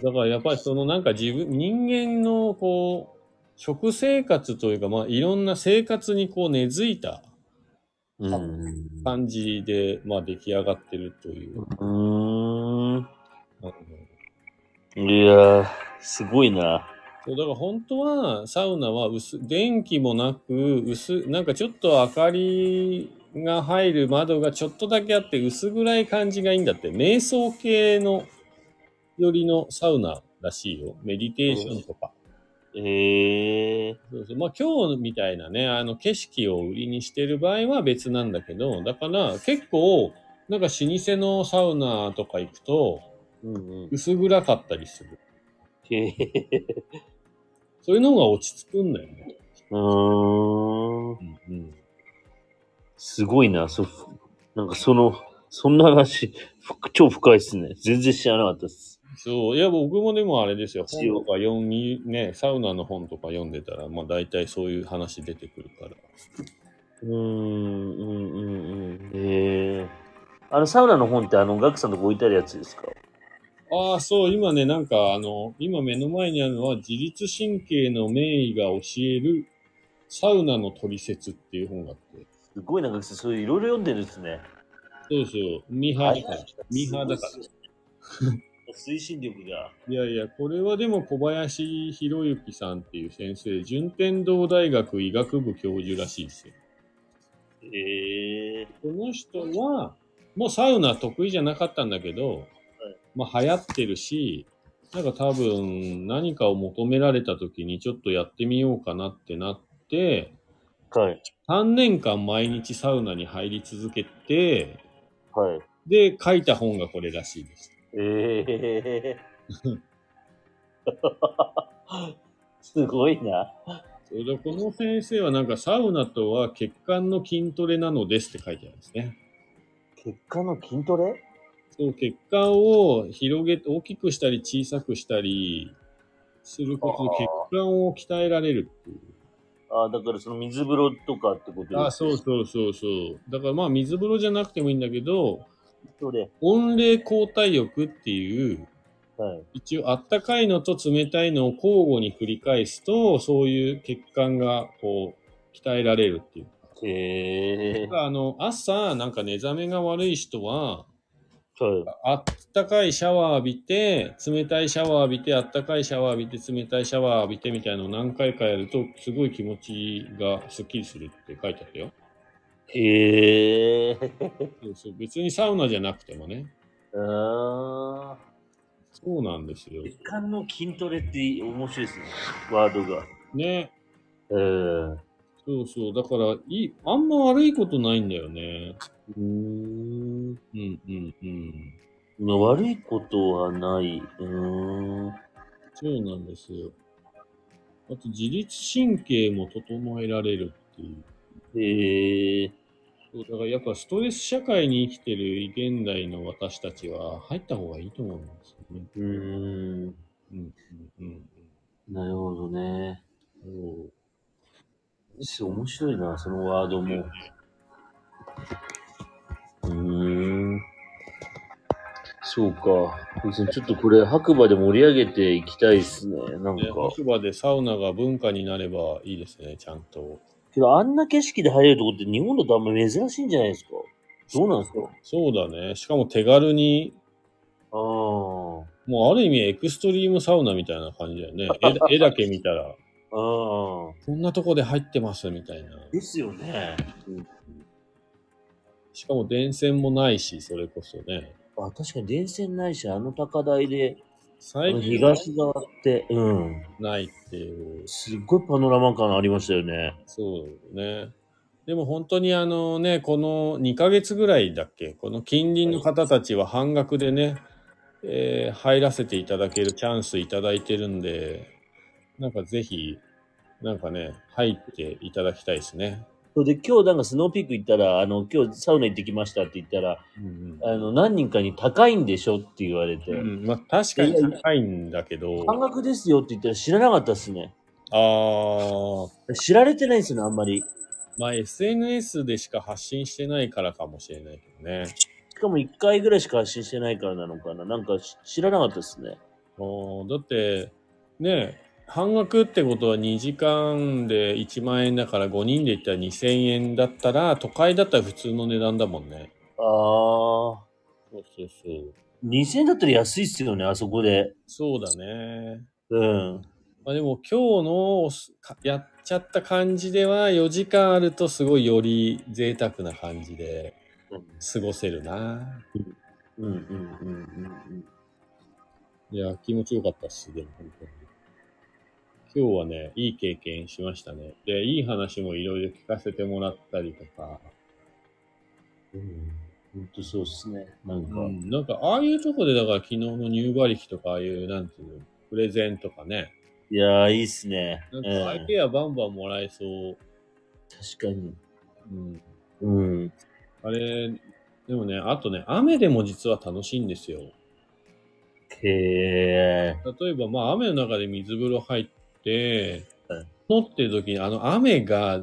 だからやっぱりそのなんか自分、人間のこう、食生活というか、まあいろんな生活にこう根付いた
うん。う
感じで、まあ出来上がってるという。
ーん。
あの
いやー、すごいな。
そうだから本当はサウナは薄、電気もなく、薄、なんかちょっと明かりが入る窓がちょっとだけあって薄暗い感じがいいんだって。瞑想系のよりのサウナらしいよ。メディテーションとか。
へえ。
そうそうまあ今日みたいなね、あの景色を売りにしてる場合は別なんだけど、だから結構、なんか老舗のサウナとか行くと
うんうん。
薄暗かったりする。
へえ。
そういうのが落ち着くんだよね。
うーん。
うんうん
すごいな。そ、なんかその、そんな話、ふ超深いっすね。全然知らなかったっす。
そう。いや、僕もでもあれですよ。本
一応
とか読み、ね、サウナの本とか読んでたら、まあ大体そういう話出てくるから。
うーん、うん、うん、うん。へえ。あの、サウナの本って、あの、ガクさんのとこ置いてあるやつですか
ああ、そう、今ね、なんかあの、今目の前にあるのは、自律神経の名医が教えるサウナの取説っていう本があって。
すごいな、ガクさん、そういういろいろ読んでるんですね。
そうそう、ミーハーだから。ミーハーだから。
推進力が。
いやいや、これはでも小林博之さんっていう先生、順天堂大学医学部教授らしいですよ。
へえ。
この人は、もうサウナ得意じゃなかったんだけど、まあ流行ってるし、なんか多分何かを求められた時にちょっとやってみようかなってなって、
はい。
3年間毎日サウナに入り続けて、
はい。
で、書いた本がこれらしいです。
ええすごいな。
それでこの先生はなんかサウナとは血管の筋トレなのですって書いてあるんですね。
結果の筋トレ
そう、血管を広げ、大きくしたり小さくしたりすることで血管を鍛えられるっていう。
ああ、だからその水風呂とかってことです
あ、そうそうそうそう。だからまあ水風呂じゃなくてもいいんだけど、
筋トレ。
温冷交代浴っていう、
はい。
一応あったかいのと冷たいのを交互に繰り返すと、そういう血管がこう、鍛えられるっていう。
へえ
だからあの、朝、なんか寝覚めが悪い人は、
はい。
あったかいシャワー浴びて、冷たいシャワー浴びて、あったかいシャワー浴びて、冷たいシャワー浴びてみたいなのを何回かやると、すごい気持ちがスッキリするって書いてあったよ。
へえ。
そうそう、別にサウナじゃなくてもね。
ああ。
そうなんですよ。
血管の筋トレって面白いですね。ワードが。
ね。
えー
そうそう。だから、いい、あんま悪いことないんだよね。
う
う
ーん。
んうんうん。
悪いことはない。うーん。
そうなんですよ。あと、自律神経も整えられるっていう。
へえ。
そうだからやっぱストレス社会に生きてる現代の私たちは入った方がいいと思うんですよね。
うーん。
うんうんうん
なるほどね。
うん。
す面白いな、そのワードも。うーん。そうか。別にちょっとこれ、白馬で盛り上げていきたいですね、なん
で
か。
白馬でサウナが文化になればいいですね、ちゃんと。
けど、あんな景色で入れるとこって日本だとあんま珍しいんじゃないですか。どうなんですか
そうだね。しかも手軽に、
ああ。
もうある意味エクストリームサウナみたいな感じだよね。絵 だ絵だけ見たら、
ああ。
こんなとこで入ってますみたいな。
ですよね。
しかも電線もないし、それこそね。
あ、確かに電線ないし、あの高台で、あ
最
の
近は
東側って、うん。
ないっていう。
すっごいパノラマ感ありましたよね。
そうね。でも本当にあのね、この2ヶ月ぐらいだっけ、この近隣の方たちは半額でね、えー入らせていただけるチャンスいただいてるんで、なんかぜひ、なんかね、入っていただきたいですね。
それで、今日なんかスノーピーク行ったら、あの、今日サウナ行ってきましたって言ったら、
うん
あの、何人かに高いんでしょって言われて、
うんうんまあ、確かに高いんだけど、
半額ですよって言ったら知らなかったっすね。
あー、
知られてないですね、あんまり。
まあ SNS でしか発信してないからかもしれないけどね。
しかも1回ぐらいしか発信してないからなのかな。なんかし知らなかったですね。
あーだってね半額ってことは2時間で1万円だから5人で行ったら2000円だったら都会だったら普通の値段だもんね。
あー。
そうそうそう。
2000円だったら安いっすよね、あそこで。
そうだね。
うん。
まあ、でも今日のおすかやっちゃった感じでは4時間あるとすごいより贅沢な感じで過ごせるな。
うんうんうんうん
いや気持ちよかったっすでも本当に。今日はねいい経験しましたね。でいい話もいろいろ聞かせてもらったりとか。
うん。うん。ほんとそうっすね。なんか。
うんなんか、ああいうとこで、だから昨日の入馬力とか、ああいう、なんていうの、プレゼンとかね。
いやー、いいっすね。
なん
うん
か、アイデアバンバンもらえそう。
確かに。
うん。
うん。
あれ、でもね、あとね、雨でも実は楽しいんですよ。
へえ。
例えば、まあ、雨の中で水風呂入って
はい、
乗ってる時に、あの、雨が、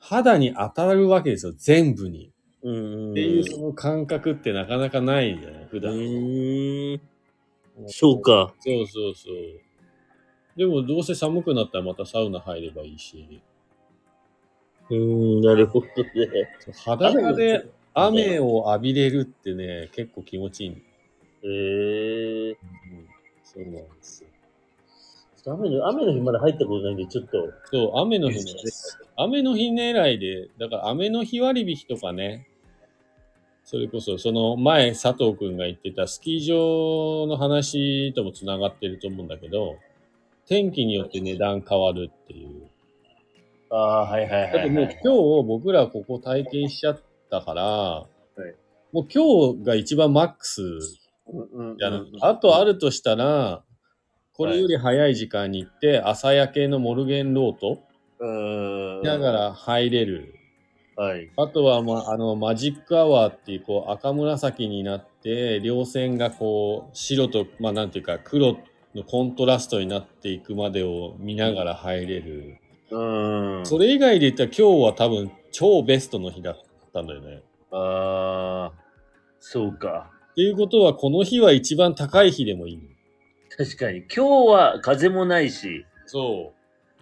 肌に当たるわけですよ、全部に。
うん。
っていう、その感覚ってなかなかないじゃない、普
う
段。
ーん。そうか。
そうそうそう。でもどうせ寒くなったらまたサウナ入ればいいし、
うーん、なるほどね。
裸で
雨
雨を浴びれるってね、結構気持ちいい。
へえ。
そうなんですよ。
雨の、雨の日まだ入ったことないんで、ちょっと。
そう、雨の日ね。雨の日狙いで、だから雨の日割引とかね、それこそ、その前佐藤くんが言ってたスキー場の話ともつながってると思うんだけど、天気によって値段変わるっていう。
ああ、はいはいはい、はい。
だってもう今日僕らここ体験しちゃったから、もう今日が一番マックス
うんうん
じゃない、
うんうん
あとあるとしたら、これより早い時間に行って、朝焼けのモルゲンロート
うーん。
見ながら入れる。
はい。
あとは、まあ、あの、マジックアワーっていう、こう、赤紫になって、両線がこう、白と、まあ、なんていうか、黒のコントラストになっていくまでを見ながら入れる。
うーん。
それ以外で言ったら今日は多分超ベストの日だったんだよね。
ああ、そうか。
っていうことはこの日は一番高い日でもいいの。
確かに。今日は風もないし、
そ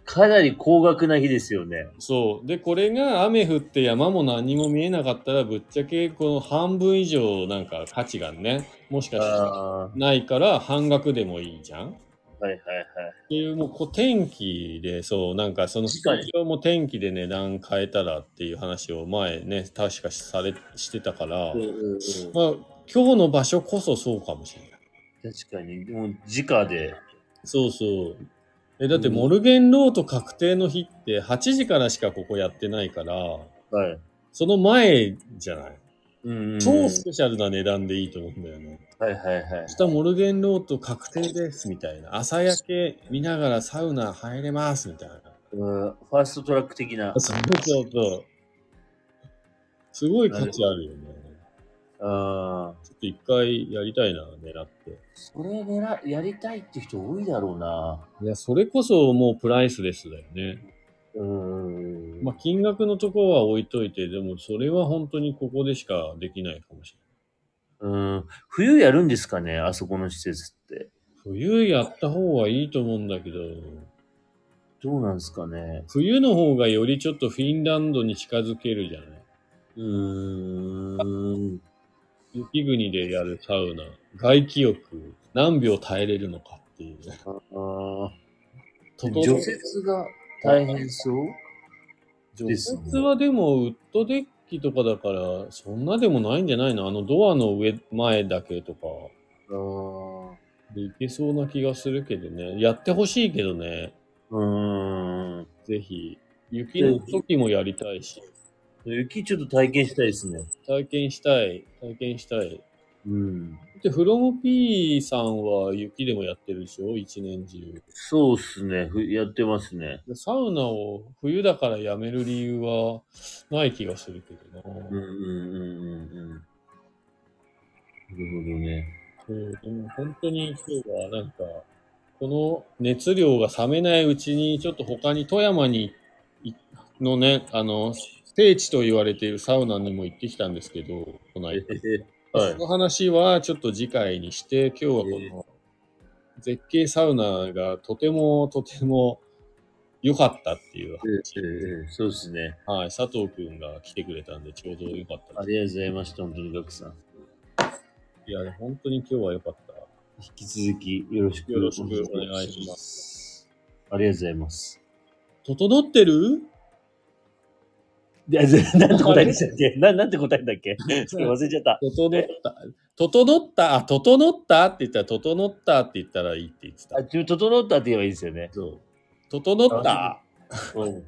かなり高額な日ですよね。
う。そう。で、これが雨降って山も何も見えなかったらぶっちゃけこの半分以上なんか価値がね、もしか
あ
したら
あ、は
ないから半額でもいいじゃんっ
いはいはい。
ていう、もうこう天気で、そう、なんかその、
確かに
今日も天気で値段変えたらっていう話を前ね、確かされ、してたから、
うんうんうん、
まあ、今日の場所こそそうかもしれない。
確かに、もう直で。
そうそう。え、だってモルゲンロート確定の日って8時からしかここやってないから、
はい。
その前じゃない。
うんうん
超スペシャルな値段でいいと思うんだよね。
はいはいはい。
明日モルゲンロート確定ですみたいな。朝焼け見ながらサウナ入れますみたいな。
うんファーストトラック的な。
そうそうそう。すごい価値あるよね。
ああ。
ちょっと一回やりたいな、狙って。
それ狙いやりたいって人多いだろうな。
いや、それこそもうプライスレスだよね。
うん。
まあ、金額のところは置いといて、でもそれは本当にここでしかできないかもしれない。
うん。冬やるんですかね、あそこの施設って。
冬やった方がいいと思うんだけど、
どうなんですかね。
冬の方がよりちょっとフィンランドに近づけるじゃない。
うーん。
雪国でやるサウナ、外気浴、何秒耐えれるのかっていう。
あ
と
ー除雪が大変そう
除
ですね
雪はでもウッドデッキとかだから、そんなでもないんじゃないのあのドアの上、前だけとか。
あ
でいけそうな気がするけどね。やってほしいけどね。
うーん。
ぜひ。雪の時もやりたいし。
雪ちょっと体験したいですね。
体験したい。体験したい。
うん。
で、フロム P さんは雪でもやってるでしょ一年中。
そうっすね。ふやってますね。
でサウナを冬だからやめる理由はない気がするけどな。
うんうんうんうんうん。なるほどね。
そうでも本当に今日はなんか、この熱量が冷めないうちに、ちょっと他に富山にい、のね、あの、聖地と言われているサウナにも行ってきたんですけど、この間。
はい
そ。の話はちょっと次回にして、今日はこの絶景サウナがとてもとても良かったっていう、
ええそうですね。
はい、佐藤くんが来てくれたんでちょうど良かった
あ
で
りがとうございました。本当にガクさん。
す。いや、本当に今日は良かった。
引き続きよろしく。
よろしくお願いします
ありがとうございます。
整ってる
で、なんて答えでしたっけ ななんて答えだっけちょっと忘れちゃった。
整った。整った、あ、整ったって言ったら、整ったって言ったらいいって言ってた
あ、。自分整ったって言えばいいですよね。
そう。整った。
うん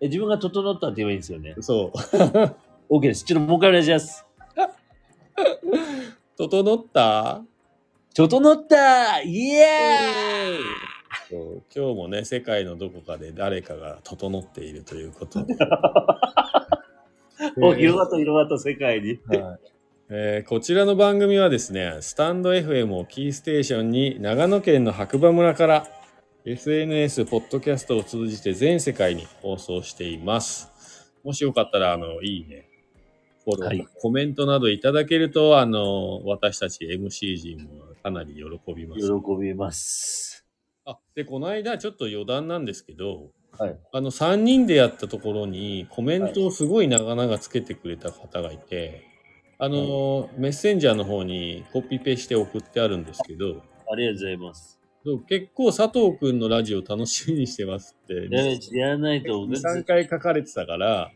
え自分が整ったって言えばいいんですよね。
そう。
OK です。ちょっともう一回お願いします。
整った
整ったイエーイ
そう今日もね、世界のどこかで誰かが整っているということで。
お、広がった広がった世界に。
はいえーこちらの番組はですね、スタンド FM をキーステーションに長野県の白馬村から SNS、ポッドキャストを通じて全世界に放送しています。もしよかったら、あの、いいね、フォロー、
はい
コメントなどいただけると、あの、私たち MC 陣もかなり喜びま
喜
す。
びます。
あ、で、この間、ちょっと余談なんですけど、
はい
あの、3人でやったところに、コメントをすごい長々つけてくれた方がいて、あのー、メッセンジャーの方にコピペして送ってあるんですけど、
ありがとうございます。
そう結構佐藤くんのラジオ楽しみにしてますって、
やべちょっとやらないと、
2、3回書かれてたから、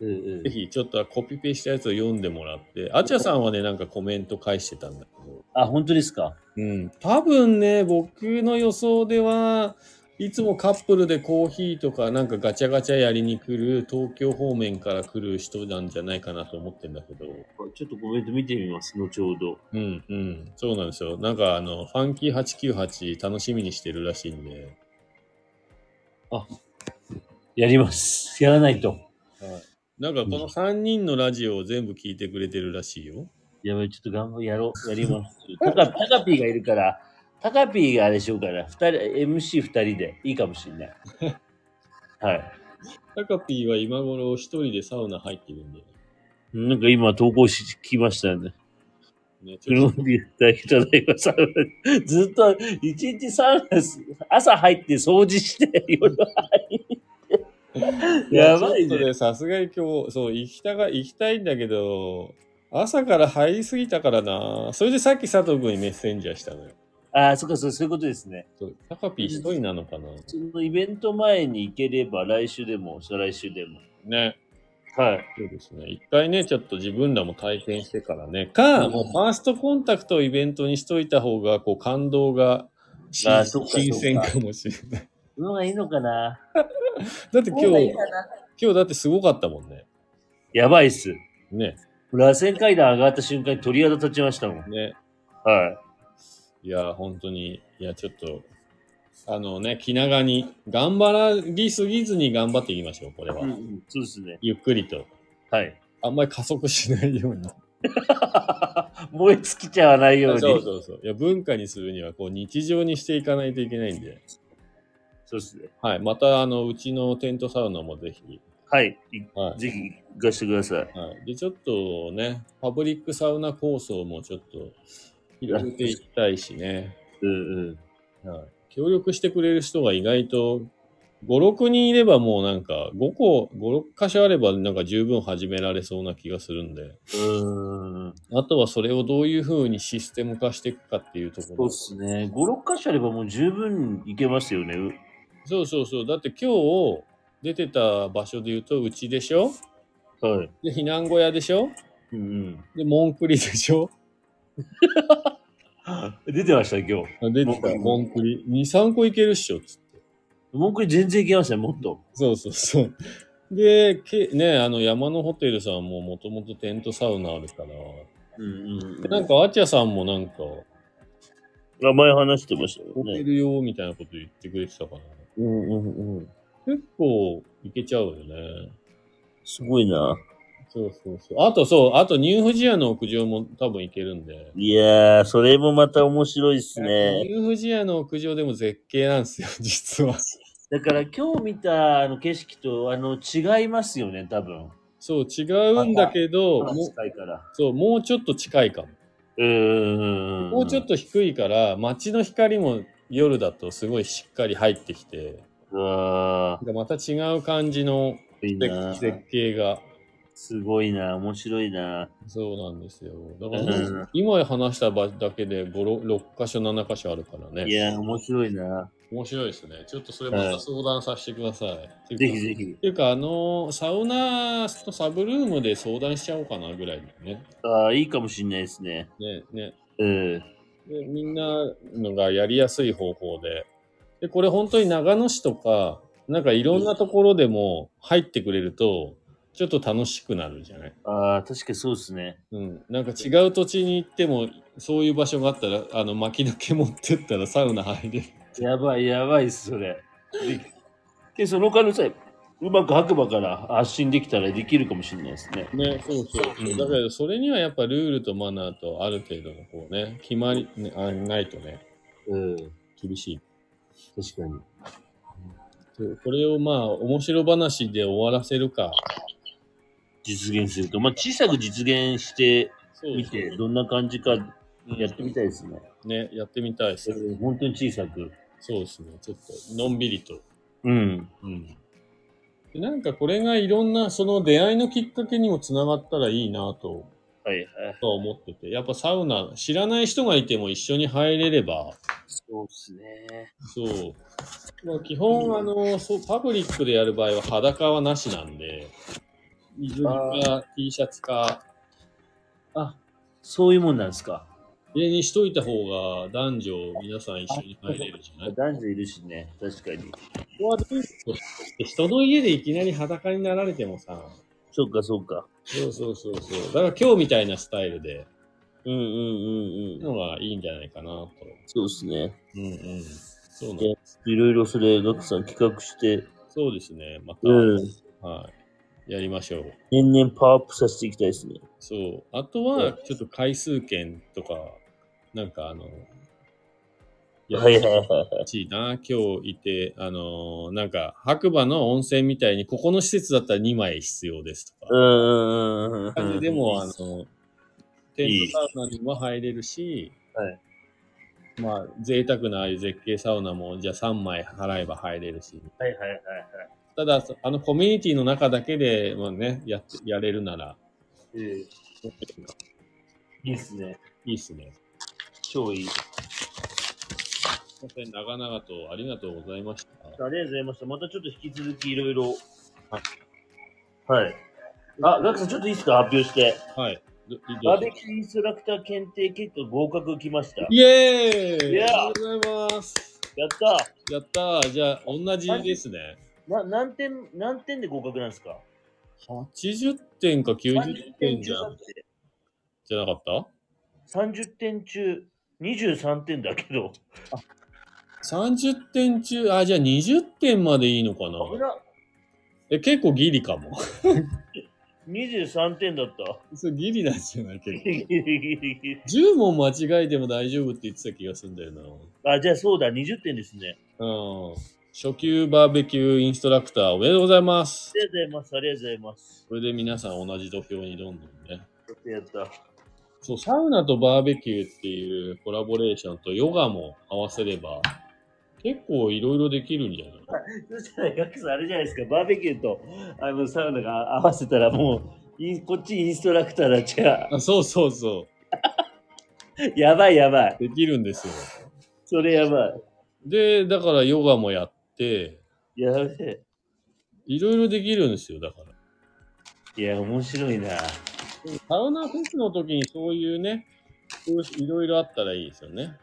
うんうん
ぜひちょっとコピペしたやつを読んでもらって、あちゃさんはね、なんかコメント返してたんだけど、
あ、本当ですか
うん、多分ね、僕の予想では、いつもカップルでコーヒーとかなんかガチャガチャやりに来る東京方面から来る人なんじゃないかなと思ってんだけど、
ちょっとコメント見てみます、後ほど。
うんうん、そうなんですよ。なんかあの、ファンキー898楽しみにしてるらしいんで、
やります。やらないと。
なんかこの3人のラジオを全部聞いてくれてるらしいよ。
やばい、ちょっと頑張やろう。やります。タカタカピーがいるから、タカピーがあれしようから、二人、MC2 人でいいかもしれない。はい。
タカピーは今頃一人でサウナ入ってるんで、
なんか今投稿し、きましたね。
ね、ちょ
黒
っと
ビーいただいまサウナ。ずっと、一日サウナす、朝入って掃除して、夜入って。やばい
ちょっと
ね。
ね。さすがに今日、そう、行きたが、行きたいんだけど、朝から入りすぎたからな。それでさっき佐藤君にメッセンジャーしたのよ。
ああ、そっか、そうそういうことですね。
そうタカピー一人なのかな
そのイベント前に行ければ、来週でも、再来週でも。
ね。
はい。
そうですね。一回ね、ちょっと自分らも体験してからね。か、
うん
もうファーストコンタクトをイベントにしといた方が、こう、感動が、し
あーそっかそっか
新鮮かもしれない。
のがいいのかな
だって今
のがい
日
いか、な
今日だってすごかったもんね。
やばいっす。
ね。
螺旋階段上がった瞬間に鳥肌立ちましたもん。
ね。
はい
や、本当に、いや、ちょっと、あのね、気長に、頑張りすぎずに頑張っていきましょう、これ
い。
は。
そうですね。
ゆっくりと。
はい。
あんまり加速しないように。
燃え尽きちゃわないように。
そうそうそう。いや、文化にするには、こう、日常にしていかないといけないんで。
そうですね。
はい。また、あの、うちのテントサウナもぜひ。
はい。
はい。
ぜひ行かせてください。
はい、で、ちょっとね、パブリックサウナ構想もちょっと、広げていきたいしね。
うんうん。
はい。協力してくれる人が意外と5、6人いればもうなんか、5個、5、6箇所あればなんか十分始められそうな気がするんで、
うん。
あとはそれをどういうふうにシステム化していくかっていうとこ
そう
ろ
っ。すね。5、6箇所あればもう十分いけますよね。う
そうそうそう。だって今日出てた場所で言うと、うちでしょ
はい。
で、避難小屋でしょ
うん
で、モンクリでしょ
うん。出てました、今日。
あ出てた、モンクリ。2、3個いけるっしょ、つって。
文句全然いけましたね、もっと。
そうそうそう。で、けね、あの、山のホテルさんももともとテントサウナあるから、
うんうん。
なんか、アチャさんもなんか、
名前話してました
ホ
よ
テ
ね。
ル用みたいなこと言ってくれてたから、
うんうんうん。
結構いけちゃうよね。
すごいな。
そうそうそう。あとそう、あとニューフジアの屋上も多分いけるんで。
いやー、それもまた面白いっすね。
ニューフジアの屋上でも絶景なんですよ、 実は。
だから今日見たあの景色とあの違いますよね、多分。
そう、違うんだけど、もう
近いから。
そう、もうちょっと近いかも。
うーん。
もうちょっと低いから、街の光も夜だとすごいしっかり入ってきて、
うわ
なんかまた違う感じの
ー、いいな
絶絶景が。
すごいな、面白いな。
そうなんですよ。だか
う
ら
ん、
今話した場だけで5、6箇所、7箇所あるからね。
いやー、面白いな。
面白いですね。ちょっとそれまた相談させてください。って
ぜ
いう
ひ
か
ぜひ
っ。ていうか、あのーサウナとサブルームで相談しちゃおうかなぐらいだよね。
あーいいかもしんないですね。
ね、ね。
うん。
でみんなのがやりやすい方法で。で、これ本当に長野市とか、なんかいろんなところでも入ってくれると、ちょっと楽しくなるじゃない
あー確かにそうですね。
うん。なんか違う土地に行っても、そういう場所があったら、あの、巻き抜け持ってったらサウナ入れる。
やばい、やばいっす、それ。でで、その可能性、うまく白馬から発信できたらできるかもしれないですね。
ね、そうそうそう。
うん
だけど、それにはやっぱルールとマナーとある程度のこうね、決まり、ね、あないとね、
うん。
厳しい。
確かに。
そうこれをまあ、面白話で終わらせるか。
実現すると。まあ、小さく実現して
そう
みて、どんな感じかやってみたいですね。
ね、やってみたいです。
うん本当に小さく。
そうですね。ちょっと、のんびりと。
うん。
うん。でなんかこれがいろんな、その出会いのきっかけにもつながったらいいなと、
はいはい。
とは思ってて。やっぱサウナ、知らない人がいても一緒に入れれば、
そうですね。
そう。まあ、基本、あの、そう、パブリックでやる場合は裸はなしなんで、水着か T シャツか、
あ、そういうもんなんですか。
家にしといた方が男女皆さん一緒に入れるじゃないこ
男女いるしね。確かに。
こはどういうことして人の家でいきなり裸になられてもさ、
そうか、そうか。
そうそうそうそう。だから今日みたいなスタイルで、
うんうんうんうん。
のがいいんじゃないかなと。
そうですね。
うんうん。そうなん
いやいろいろそれ、ガクさん企画して、
そうですね。また、
うん。
はい。やりましょう。
年々パワーアップさせていきたいですね。
そう。あとは、ちょっと回数券とか、なんかあの、や
はいはいはいはい。
欲しいな。今日いて、あのーなんか、白馬の温泉みたいに、ここの施設だったら2枚必要ですと
う
か。
んうんうん
感
う
じ
ん。
でも、あの、テントサウナにも入れるし、
はい
まあ、贅沢なああいう絶景サウナも、じゃあ3枚払えば入れるし。
はいはいはいはい。
ただ、そあのコミュニティの中だけで、まあね、やって、やれるなら、
うんいいですね。
いいっすね。
超いい。
本当に長々とありがとうございました。
ありがとうございました。またちょっと引き続きいろいろ。はい。あ、ガクさん、ちょっといいですか発表して。
はい。どどうぞ
バーベキューインストラクター検定キット合格来ました。や
イエーイ
いや
ありがとうございます。
った
やったー。じゃあ、同じですね。
な何点、何点で合格なんですか
80点か90
?30
点
点
じ
中
ゃ
だっ。
じゃなかって
30点中23点だけど。
た ?30 点中、あ、じゃあ20点までいいのか
危
な
な
え、結構ギリかも。
!23 点だった。
そうギリなんじゃない結構。
ギリギリギリ
10問間違えても大丈夫って言ってた気がするんだよな。
あ、じゃあそうだ、20点ですね。
うん。初級バーベキューインストラクターおめでとうございます
あ。りがとうございます。ありがとうございます。
これで皆さん同じ土俵にどんどんね。
やったやった。
そう、サウナとバーベキューっていうコラボレーションとヨガも合わせれば、結構いろいろできるんじゃない
そしたら、ガクさんあれじゃないですか、バーベキューとあのサウナが合わせたら、もうイン、こっちインストラクターだっちゃ、
あそうそうそ
やばいやばい。
う。できるんですよ。
それやばい。
で、だからヨガもやって、
やべ
いろいろできるんですよ、だから。
え。いや、面白いな。
サウナフェスの時にそういうね、こういろいろあったらいいですよね。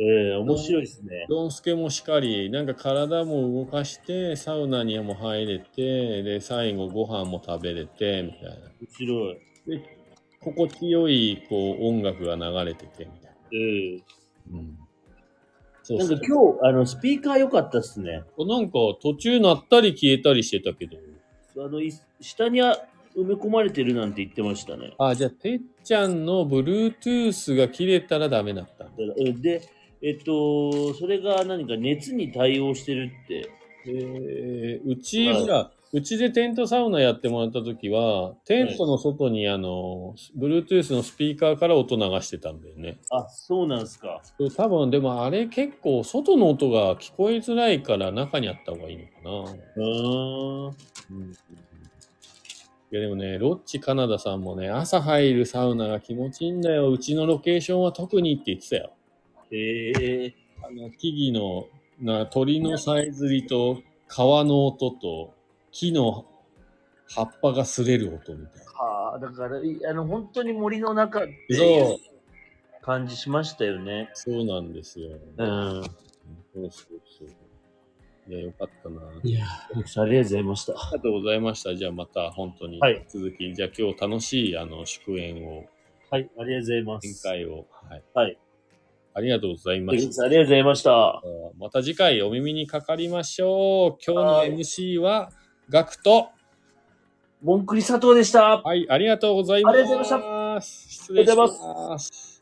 うん、面白いですね。
ドンスケもしかり、なんか体も動かして、サウナにも入れて、で、最後ご飯も食べれて、みたいな。
面白い。
心地よい、こう、音楽が流れてて、みたい
うん。
な。うん。そう
なん
そ
か
う。
今日、あの、スピーカー良かったっすね。
なんか途中鳴ったり消えたりしてたけど。
あの、い下にあ埋め込まれてるなんて言ってましたね。
あ、じゃあ、てっちゃんの Bluetooth が切れたらダメだった。
だからうんで、えっと、それが何か熱に対応してるって。
えーうち、
はい
ほら、うちでテントサウナやってもらったときは、テントの外に、あの、Bluetooth のスピーカーから音流してたんだよね。
あ、そうなんすか。
多分、でもあれ結構、外の音が聞こえづらいから中にあった方がいいのかな。
うーん。
うん。いや、でもね、ロッチカナダさんもね、朝入るサウナが気持ちいいんだよ。うちのロケーションは特にって言ってたよ。
へえ。
あの、木々の、な鳥のさえずりと、川の音と、木の葉っぱが擦れる音みたいな。
はあ、だから、いあの、本当に森の中って
そう
感じしましたよね。
そうなんですよ。
うん。
そうそうそう。いや、よかったな。
いや、ありがとうございました。
ありがとうございました。じゃあまた本当に
はい
続き、じゃあ今日楽しいあの祝宴を、
はい、ありがとうございま
宴
す。
会を、はい。
はい。
ありがとうございま
竹
した。
内さんありがとうございました。
また次回お耳にかかりましょう。今
は
日
い
の MC は、ガクト。
ボンクリ佐藤でした。
はい、ありがとうございます。
ありがとうござい
失礼し
ありがとう
ます。